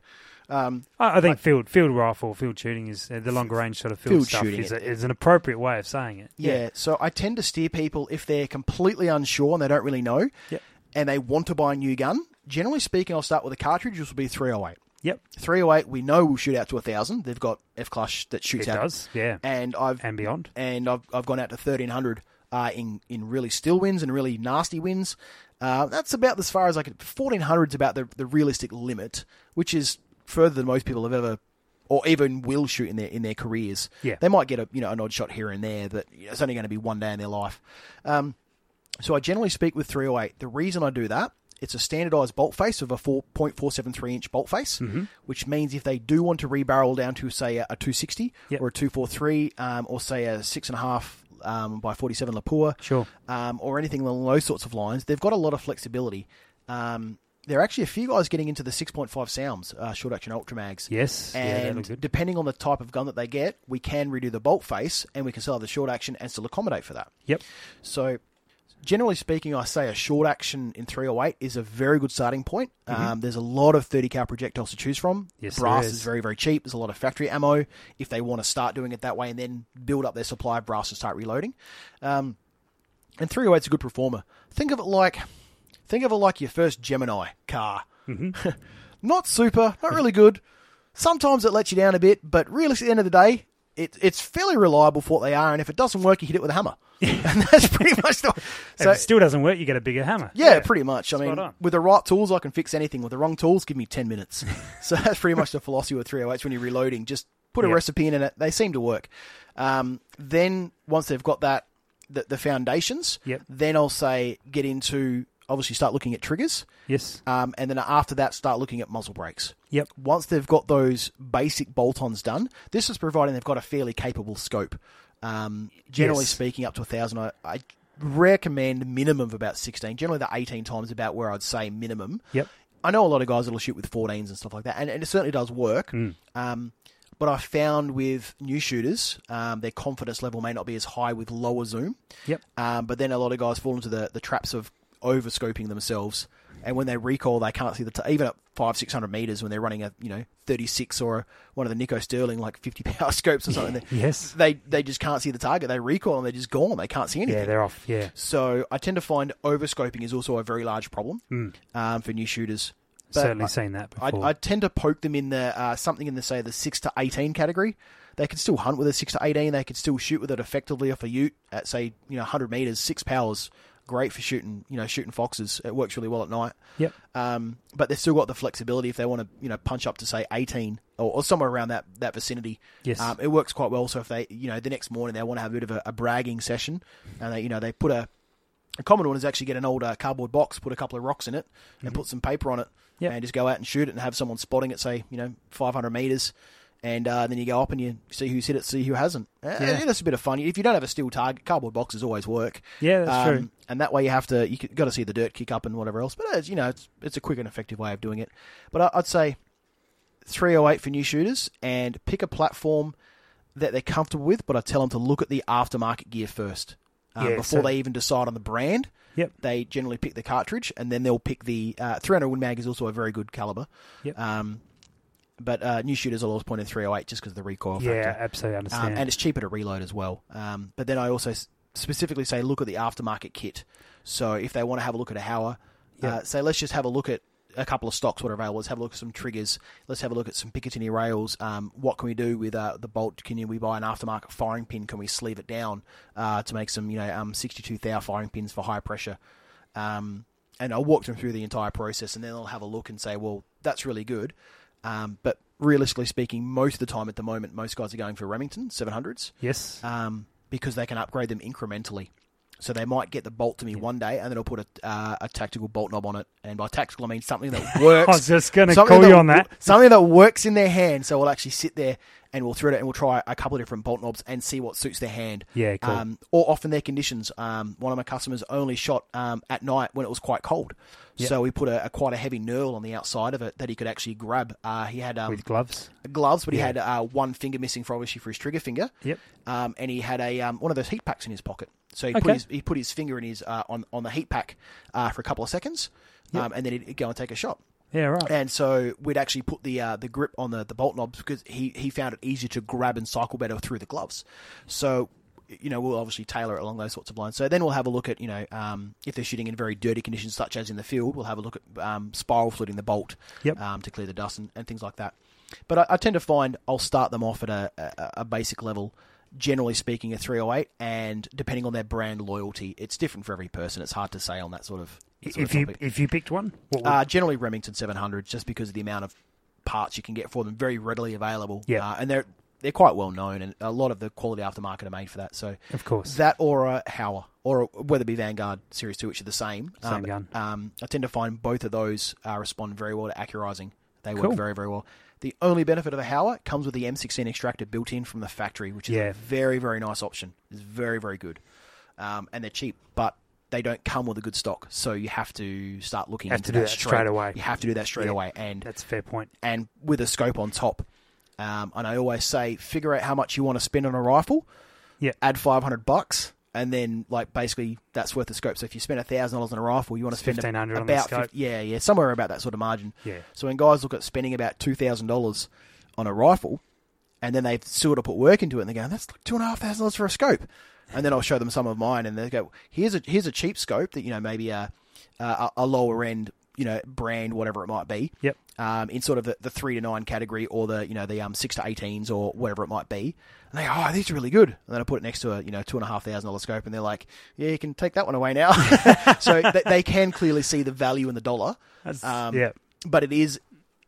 Speaker 2: I, I think field field rifle, field shooting is uh, the longer range sort of field,
Speaker 3: Field
Speaker 2: stuff
Speaker 3: shooting
Speaker 2: is,
Speaker 3: it-
Speaker 2: a, is an appropriate way of saying it.
Speaker 3: Yeah. So I tend to steer people if they're completely unsure and they don't really know,
Speaker 2: Yep.
Speaker 3: and they want to buy a new gun. Generally speaking, I'll start with a oh cartridge, which will be 308.
Speaker 2: Yep.
Speaker 3: 308, we know will shoot out to 1,000. They've got F Clash that shoots
Speaker 2: It
Speaker 3: out.
Speaker 2: does. Yeah.
Speaker 3: And I've
Speaker 2: And beyond.
Speaker 3: and I've, I've gone out to 1300 uh, in in really still wins and really nasty wins. Uh, that's about as far as I could. 1400 is about the, the realistic limit, which is further than most people have ever or even will shoot in their in their careers.
Speaker 2: Yeah.
Speaker 3: they might get a you know an odd shot here and there, but you know, it's only going to be one day in their life. Um, so I generally speak with 308. The reason I do that, it's a standardized bolt face of a 4.473 inch bolt face,
Speaker 2: Mm-hmm.
Speaker 3: which means if they do want to rebarrel down to, say, a, a 260
Speaker 2: Yep.
Speaker 3: or a 243 um, or, say, a 6.5 um, by 47 Lapua
Speaker 2: Sure.
Speaker 3: um, or anything along those sorts of lines, they've got a lot of flexibility. Um, there are actually a few guys getting into the 6.5 sounds, uh, short action ultra mags.
Speaker 2: Yes. yeah, that
Speaker 3: And
Speaker 2: looked good.
Speaker 3: depending on the type of gun that they get, we can redo the bolt face and we can still have the short action and still accommodate for that.
Speaker 2: Yep.
Speaker 3: So, generally speaking, I say a short action in 308 is a very good starting point. Um, there's a lot of 30 cal projectiles to choose from.
Speaker 2: Mm-hmm. Yes,
Speaker 3: brass
Speaker 2: there
Speaker 3: is.
Speaker 2: is.
Speaker 3: very, very cheap. There's a lot of factory ammo if they want to start doing it that way and then build up their supply of brass and start reloading. Um, and 308's a good performer. Think of it like, think of it like your first Gemini car.
Speaker 2: Mm-hmm.
Speaker 3: not super, not really good. Sometimes it lets you down a bit, but realistically, at the end of the day, it, it's fairly reliable for what they are. And if it doesn't work, you hit it with a hammer, and that's pretty much the.
Speaker 2: if
Speaker 3: So
Speaker 2: it still doesn't work, you get a bigger hammer.
Speaker 3: yeah, pretty much. I
Speaker 2: Spot
Speaker 3: mean,
Speaker 2: on.
Speaker 3: with the right tools, I can fix anything. With the wrong tools, give me ten minutes. so that's pretty much the philosophy with 308s when you're reloading. Just put
Speaker 2: Yeah.
Speaker 3: a recipe in, and it, they seem to work. Um, then once they've got that, the, the foundations,
Speaker 2: Yep.
Speaker 3: then I'll say get into obviously start looking at triggers.
Speaker 2: Yes.
Speaker 3: Um, and then after that, start looking at muzzle brakes.
Speaker 2: Yep.
Speaker 3: Once they've got those basic bolt-ons done, this is providing they've got a fairly capable scope. Um, generally
Speaker 2: Yes.
Speaker 3: speaking, up to a thousand, I, I recommend minimum of about sixteen. Generally, the eighteen times about where I'd say minimum.
Speaker 2: Yep.
Speaker 3: I know a lot of guys that'll shoot with 14s and stuff like that, and, and it certainly does work.
Speaker 2: Hmm.
Speaker 3: Um, but I found with new shooters, um, their confidence level may not be as high with lower zoom.
Speaker 2: Yep.
Speaker 3: Um, but then a lot of guys fall into the, the traps of overscoping themselves, and when they recoil, they can't see the t- even at five six hundred meters when they're running a you know thirty six or a, one of the Nico Sterling like fifty power scopes or something. they-
Speaker 2: Yes.
Speaker 3: They they just can't see the target. They recoil and they're just gone. They can't see anything.
Speaker 2: Yeah, they're off. Yeah.
Speaker 3: So I tend to find overscoping is also a very large problem um, for new shooters. But
Speaker 2: Hmm. Certainly
Speaker 3: I-
Speaker 2: seen that
Speaker 3: I,
Speaker 2: before.
Speaker 3: I tend to poke them in the uh, something in the say the six to eighteen category. They can still hunt with a six to eighteen. They can still shoot with it effectively off a Ute at say you know hundred meters. Six powers, great for shooting. You know shooting foxes. It works really well at night.
Speaker 2: yep.
Speaker 3: Um, but they've still got the flexibility if they want to you know punch up to say eighteen or, or somewhere around that that vicinity.
Speaker 2: Yes.
Speaker 3: Um, it works quite well. So if they you know the next morning they want to have a bit of a, a bragging session, and they you know they put a a common one is actually get an old uh, cardboard box, put a couple of rocks in it,
Speaker 2: Mm-hmm.
Speaker 3: and put some paper on it,
Speaker 2: Yep.
Speaker 3: and just go out and shoot it, and have someone spotting it, say you know 500 meters, and uh, then you go up and you see who's hit it, see who hasn't. Uh,
Speaker 2: Yeah.
Speaker 3: Yeah. It's a bit of fun. If you don't have a steel target, cardboard boxes always work. Um,
Speaker 2: Yeah, that's true.
Speaker 3: And that way you have to you got to see the dirt kick up and whatever else. But it's, you know it's it's a quick and effective way of doing it. But I, I'd say 308 for new shooters and pick a platform that they're comfortable with, but I tell them to look at the aftermarket gear first. um,
Speaker 2: Yeah,
Speaker 3: before
Speaker 2: so-
Speaker 3: they even decide on the brand.
Speaker 2: Yep.
Speaker 3: They generally pick the cartridge, and then they'll pick the uh, 300 Win Mag is also a very good caliber.
Speaker 2: Yep.
Speaker 3: Um, but uh, new shooters will always point in 308 just because of the recoil
Speaker 2: Yeah,
Speaker 3: factor.
Speaker 2: absolutely understand.
Speaker 3: Um, and it's cheaper to reload as well. Um, but then I also s- specifically say look at the aftermarket kit. So if they want to have a look at a Hauer,
Speaker 2: Yeah.
Speaker 3: uh, say let's just have a look at a couple of stocks what are available. Let's have a look at some triggers. Let's have a look at some Picatinny rails. Um, what can we do with uh, the bolt? Can you- we buy an aftermarket firing pin? Can we sleeve it down uh, to make some you know um, 62 thou firing pins for high pressure? Um, and I'll walk them through the entire process, and then they'll have a look and say, well, that's really good. Um, but realistically speaking, most of the time at the moment, most guys are going for Remington 700s
Speaker 2: yes.
Speaker 3: um, because they can upgrade them incrementally. So they might get the bolt to me one day, and then I'll put a, uh, a tactical bolt knob on it. And by tactical, I mean something that works.
Speaker 2: I was just going to
Speaker 3: something
Speaker 2: call you on that.
Speaker 3: Something that works in their hand. So we'll actually sit there and we'll thread it, and we'll try a couple of different bolt knobs and see what suits their hand.
Speaker 2: Yeah, cool.
Speaker 3: Um, or often their conditions. Um, one of my customers only shot um, at night when it was quite cold. So we put a, a quite a heavy knurl on the outside of it that he could actually grab. Uh, he had um,
Speaker 2: With gloves.
Speaker 3: gloves, but he had uh, one finger missing for obviously for his trigger finger.
Speaker 2: Yep.
Speaker 3: Um, and he had a um, one of those heat packs in his pocket, so he
Speaker 2: Okay.
Speaker 3: put his he put his finger in his uh, on on the heat pack uh, for a couple of seconds, um, and then he'd go and take a shot.
Speaker 2: Yeah, right.
Speaker 3: And so we'd actually put the uh, the grip on the, the bolt knobs because he, he found it easier to grab and cycle better through the gloves. So, you know, we'll obviously tailor it along those sorts of lines. So then we'll have a look at, you know, um, if they're shooting in very dirty conditions, such as in the field, we'll have a look at um, spiral fluting the bolt
Speaker 2: Yep.
Speaker 3: um, to clear the dust and, and things like that. But I, I tend to find I'll start them off at a, a, a basic level. Generally speaking, a 308, and depending on their brand loyalty, it's different for every person. It's hard to say on that sort of. that sort
Speaker 2: if
Speaker 3: of
Speaker 2: you
Speaker 3: topic.
Speaker 2: if you picked one, what would,
Speaker 3: Uh, generally Remington 700, just because of the amount of parts you can get for them, very readily available.
Speaker 2: Yeah.
Speaker 3: Uh, and they're they're quite well known, and a lot of the quality aftermarket are made for that. So
Speaker 2: of course.
Speaker 3: that or a Hauer, or a, whether it be Vanguard Series 2, which are the same.
Speaker 2: Same
Speaker 3: um,
Speaker 2: gun.
Speaker 3: Um, I tend to find both of those uh, respond very well to accurizing. They
Speaker 2: Cool.
Speaker 3: work very, very well. The only benefit of a Hauer comes with the M16 extractor built in from the factory, which is
Speaker 2: Yeah.
Speaker 3: a very, very nice option. It's very, very good. Um, and they're cheap, but they don't come with a good stock. So you have to start looking
Speaker 2: Have
Speaker 3: into
Speaker 2: to do that
Speaker 3: that
Speaker 2: straight away.
Speaker 3: You have to do that straight
Speaker 2: Yeah.
Speaker 3: away. And
Speaker 2: That's a fair point.
Speaker 3: and with a scope on top. Um, and I always say, figure out how much you want to spend on a rifle.
Speaker 2: Yeah.
Speaker 3: Add five hundred bucks, and then like basically that's worth the scope. So if you spend thousand dollars on a rifle, you want to spend a-
Speaker 2: 1,500 on the
Speaker 3: about
Speaker 2: scope.
Speaker 3: 50 yeah, yeah, somewhere about that sort of margin.
Speaker 2: Yeah.
Speaker 3: So when guys look at spending about two thousand dollars on a rifle, and then they sort of put work into it, and they go, "That's like two and a half thousand dollars for a scope." And then I'll show them some of mine, and they go, "Here's a here's a cheap scope that you know maybe a a, a lower end you know brand whatever it might be."
Speaker 2: Yep.
Speaker 3: Um, in sort of the, the three to nine category, or the you know the um six to eighteens, or whatever it might be, and they go, oh these are really good. And then I put it next to a you know two and a half thousand dollar scope, and they're like, yeah, you can take that one away now. so they, they can clearly see the value in the dollar
Speaker 2: That's,
Speaker 3: um,
Speaker 2: yeah.
Speaker 3: but it is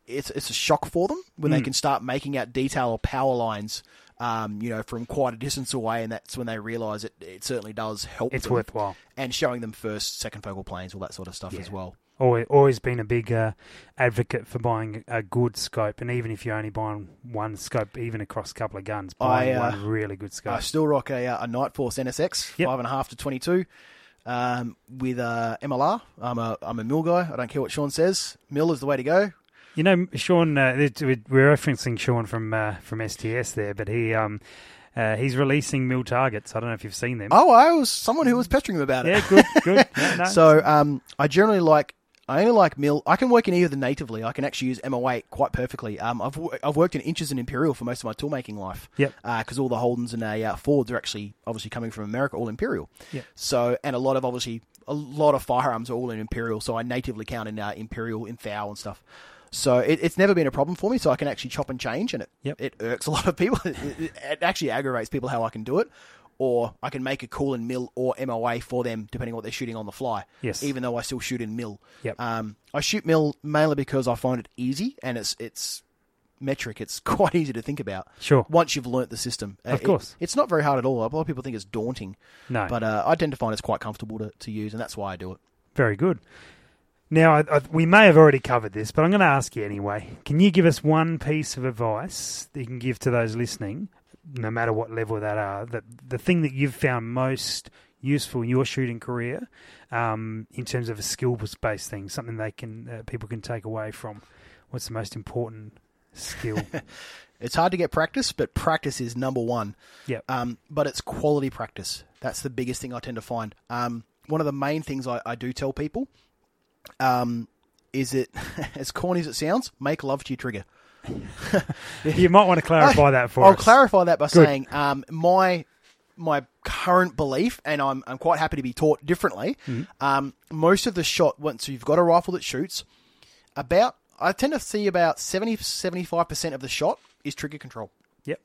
Speaker 3: it's it's a shock for them when
Speaker 2: Hmm.
Speaker 3: they can start making out detail or power lines um, you know from quite a distance away and that's when they realize it it certainly does help
Speaker 2: It's
Speaker 3: them.
Speaker 2: worthwhile.
Speaker 3: and showing them first second focal planes all that sort of stuff as well
Speaker 2: Always, always been a big uh, advocate for buying a good scope, and even if you're only buying one scope, even across a couple of guns, buying
Speaker 3: I, uh,
Speaker 2: one really good scope.
Speaker 3: I still rock a, uh, a Night Force NSX
Speaker 2: Yep.
Speaker 3: five and a half to twenty two um, with a MLR. I'm a I'm a mill guy. I don't care what Sean says. Mill is the way to go.
Speaker 2: You know, Sean, uh, it- it- we're referencing Sean from uh, from STS there, but he um, uh, he's releasing mill targets. I don't know if you've seen them.
Speaker 3: Oh, I was someone who was pestering him about it.
Speaker 2: Yeah, good, good. Yeah, no.
Speaker 3: So um, I generally like. I only like mill. I can work in either natively. I can actually use MO8 quite perfectly. Um, I've wo- I've worked in inches and imperial for most of my toolmaking life.
Speaker 2: Yep.
Speaker 3: Because all the Holdens and uh, Fords are actually obviously coming from America, all imperial.
Speaker 2: Yep.
Speaker 3: So and a lot of obviously a lot of firearms are all in imperial. So I natively count in uh, imperial, in thou and stuff. So it, it's never been a problem for me. So I can actually chop and change, and it
Speaker 2: Yep.
Speaker 3: it irks a lot of people. it, it- it actually aggravates people how I can do it. Or I can make a cool in mill or MOA for them, depending on what they're shooting on the fly
Speaker 2: Yes.
Speaker 3: even though I still shoot in mill.
Speaker 2: Yep.
Speaker 3: Um, I shoot mill mainly because I find it easy and it's it's metric. It's quite easy to think about.
Speaker 2: Sure.
Speaker 3: Once you've learnt the system, Uh,
Speaker 2: Of
Speaker 3: it-
Speaker 2: course.
Speaker 3: it's not very hard at all. A lot of people think it's daunting,
Speaker 2: no,
Speaker 3: but uh, I tend to find it's quite comfortable to, to use, and that's why I do it.
Speaker 2: very good. Now, I, I, we may have already covered this, but I'm going to ask you anyway. Can you give us one piece of advice that you can give to those listening, no matter what level that are, that the thing that you've found most useful in your shooting career, um, in terms of a skill based thing, something they can uh, people can take away from? What's the most important skill?
Speaker 3: It's hard to get practice, but practice is number one.
Speaker 2: yep.
Speaker 3: Um, but it's quality practice. That's the biggest thing I tend to find. Um, one of the main things I, I do tell people um, is it, as corny as it sounds, make love to your trigger.
Speaker 2: You might want to clarify that for
Speaker 3: I'll
Speaker 2: us.
Speaker 3: clarify that by
Speaker 2: Good.
Speaker 3: saying um, my my current belief, and I'm I'm quite happy to be taught differently.
Speaker 2: Mm-hmm.
Speaker 3: Um, most of the shot once you've got a rifle that shoots, about I tend to see about 70 75 percent of the shot is trigger control.
Speaker 2: yep.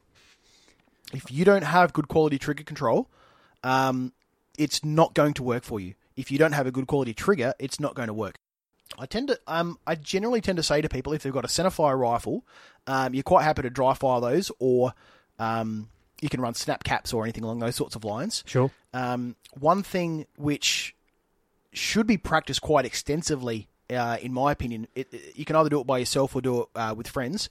Speaker 3: If you don't have good quality trigger control, um, it's not going to work for you. If you don't have a good quality trigger, it's not going to work. I tend to, um, I generally tend to say to people if they've got a centerfire rifle, um, you're quite happy to dry fire those, or um, you can run snap caps or anything along those sorts of lines.
Speaker 2: Sure.
Speaker 3: Um, one thing which should be practiced quite extensively, uh, in my opinion, it, it- you can either do it by yourself or do it uh, with friends.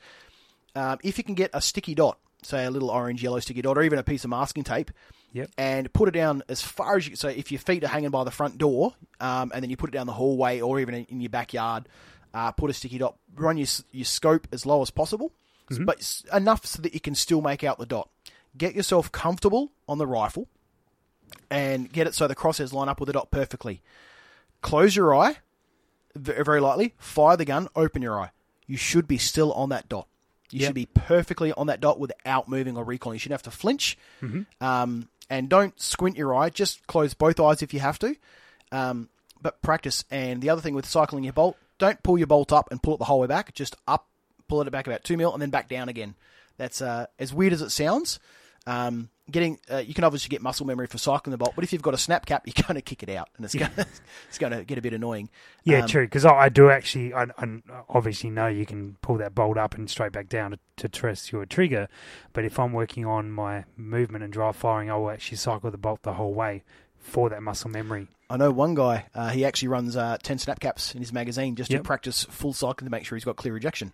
Speaker 3: Um, if you can get a sticky dot, say a little orange yellow sticky dot, or even a piece of masking tape,
Speaker 2: Yep.
Speaker 3: and put it down as far as you. So if your feet are hanging by the front door, um, and then you put it down the hallway or even in, in your backyard, uh, put a sticky dot. Run your s- your scope as low as possible, s- but s- enough so that you can still make out the dot. Get yourself comfortable on the rifle, and get it so the crosshairs line up with the dot perfectly. Close your eye, ve- very lightly. Fire the gun. Open your eye. You should be still on that dot. You
Speaker 2: Yep.
Speaker 3: should be perfectly on that dot without moving or recoiling. You shouldn't have to flinch. Um, and don't squint your eye. Just close both eyes if you have to. Um, but practice. And the other thing with cycling your bolt, don't pull your bolt up and pull it the whole way back. Just up, pull it back about two mil, and then back down again. That's uh, as weird as it sounds. Um, getting uh, you can obviously get muscle memory for cycling the bolt, but if you've got a snap cap, you're going to kick it out, and it's going to it's going to get a bit annoying.
Speaker 2: Yeah,
Speaker 3: Um,
Speaker 2: true. Because I, I do actually, I, I obviously know you can pull that bolt up and straight back down to, to test your trigger. But if I'm working on my movement and dry firing, I will actually cycle the bolt the whole way for that muscle memory.
Speaker 3: I know one guy. Uh, he actually runs uh, ten snap caps in his magazine just
Speaker 2: Yep.
Speaker 3: to practice full cycling to make sure he's got clear rejection.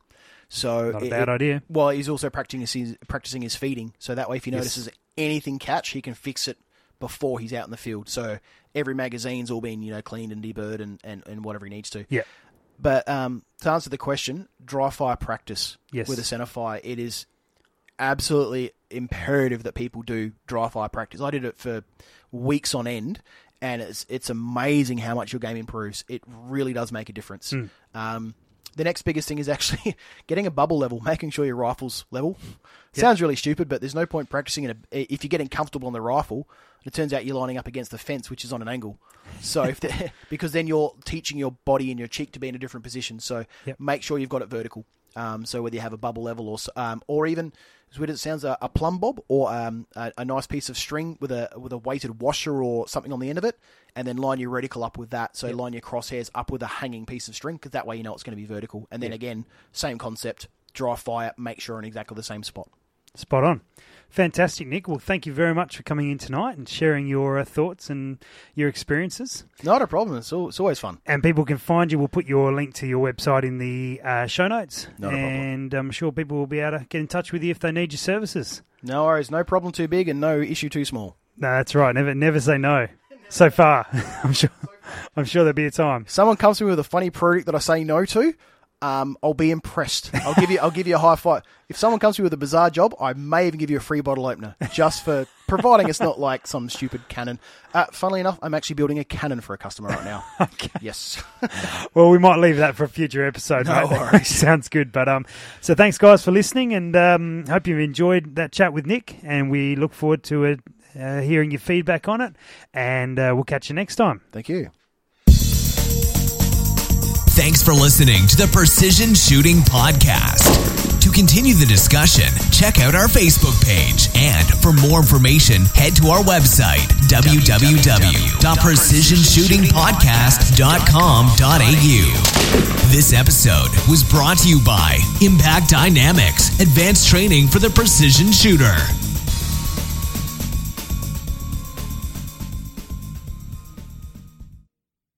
Speaker 3: So
Speaker 2: Not a
Speaker 3: it-
Speaker 2: bad
Speaker 3: it-
Speaker 2: idea.
Speaker 3: Well, he's also practicing his practicing his feeding, so that way if he notices anything catch, he can fix it before he's out in the field. So every magazine's all been you know cleaned and deburred and, and, and whatever he needs to.
Speaker 2: Yeah.
Speaker 3: But um, to answer the question, dry fire practice
Speaker 2: Yes.
Speaker 3: with a center fire, it is absolutely imperative that people do dry fire practice. I did it for weeks on end, and it's it's amazing how much your game improves. It really does make a difference. Um, the next biggest thing is actually getting a bubble level, making sure your rifle's level. Sounds really stupid, but there's no point practicing in a, if you're getting comfortable on the rifle. It turns out you're lining up against the fence, which is on an angle. So if the, because then you're teaching your body and your cheek to be in a different position. So
Speaker 2: Yep.
Speaker 3: make sure you've got it vertical. Um, so whether you have a bubble level or s- um, or even as weird as it sounds, a, a plumb bob or um, a, a nice piece of string with a with a weighted washer or something on the end of it, and then line your reticle up with that. So line your crosshairs up with a hanging piece of string because that way you know it's going to be vertical. And then again, same concept, dry fire, make sure in exactly the same spot.
Speaker 2: Spot on. Fantastic, Nick. Well, thank you very much for coming in tonight and sharing your uh, thoughts and your experiences.
Speaker 3: Not a problem. It's, al it's always fun.
Speaker 2: and people can find you. We'll put your link to your website in the uh, show notes,
Speaker 3: Not a problem.
Speaker 2: and I'm sure people will be able to get in touch with you if they need your services.
Speaker 3: No worries. No problem too big and no issue too small.
Speaker 2: No, that's right. Never, never say no. So far, I'm sure. I'm sure there'll be a time.
Speaker 3: someone comes to me with a funny product that I say no to, um, I'll be impressed. I'll give you I'll give you a high five. If someone comes to me with a bizarre job, I may even give you a free bottle opener just for providing it's not like some stupid cannon. Uh, funnily enough, I'm actually building a cannon for a customer right now. Yes.
Speaker 2: Well, we might leave that for a future episode.
Speaker 3: No
Speaker 2: mate.
Speaker 3: worries.
Speaker 2: Sounds good. But um, so thanks guys for listening, and um, hope you've enjoyed that chat with Nick, and we look forward to uh Uh, hearing your feedback on it, and uh, we'll catch you next time.
Speaker 3: Thank you.
Speaker 1: Thanks for listening to the Precision Shooting Podcast. To continue the discussion, check out our Facebook page. And for more information, head to our website, www.precisionshootingpodcast.com.au. This episode was brought to you by Impact Dynamics, advanced training for the precision shooter.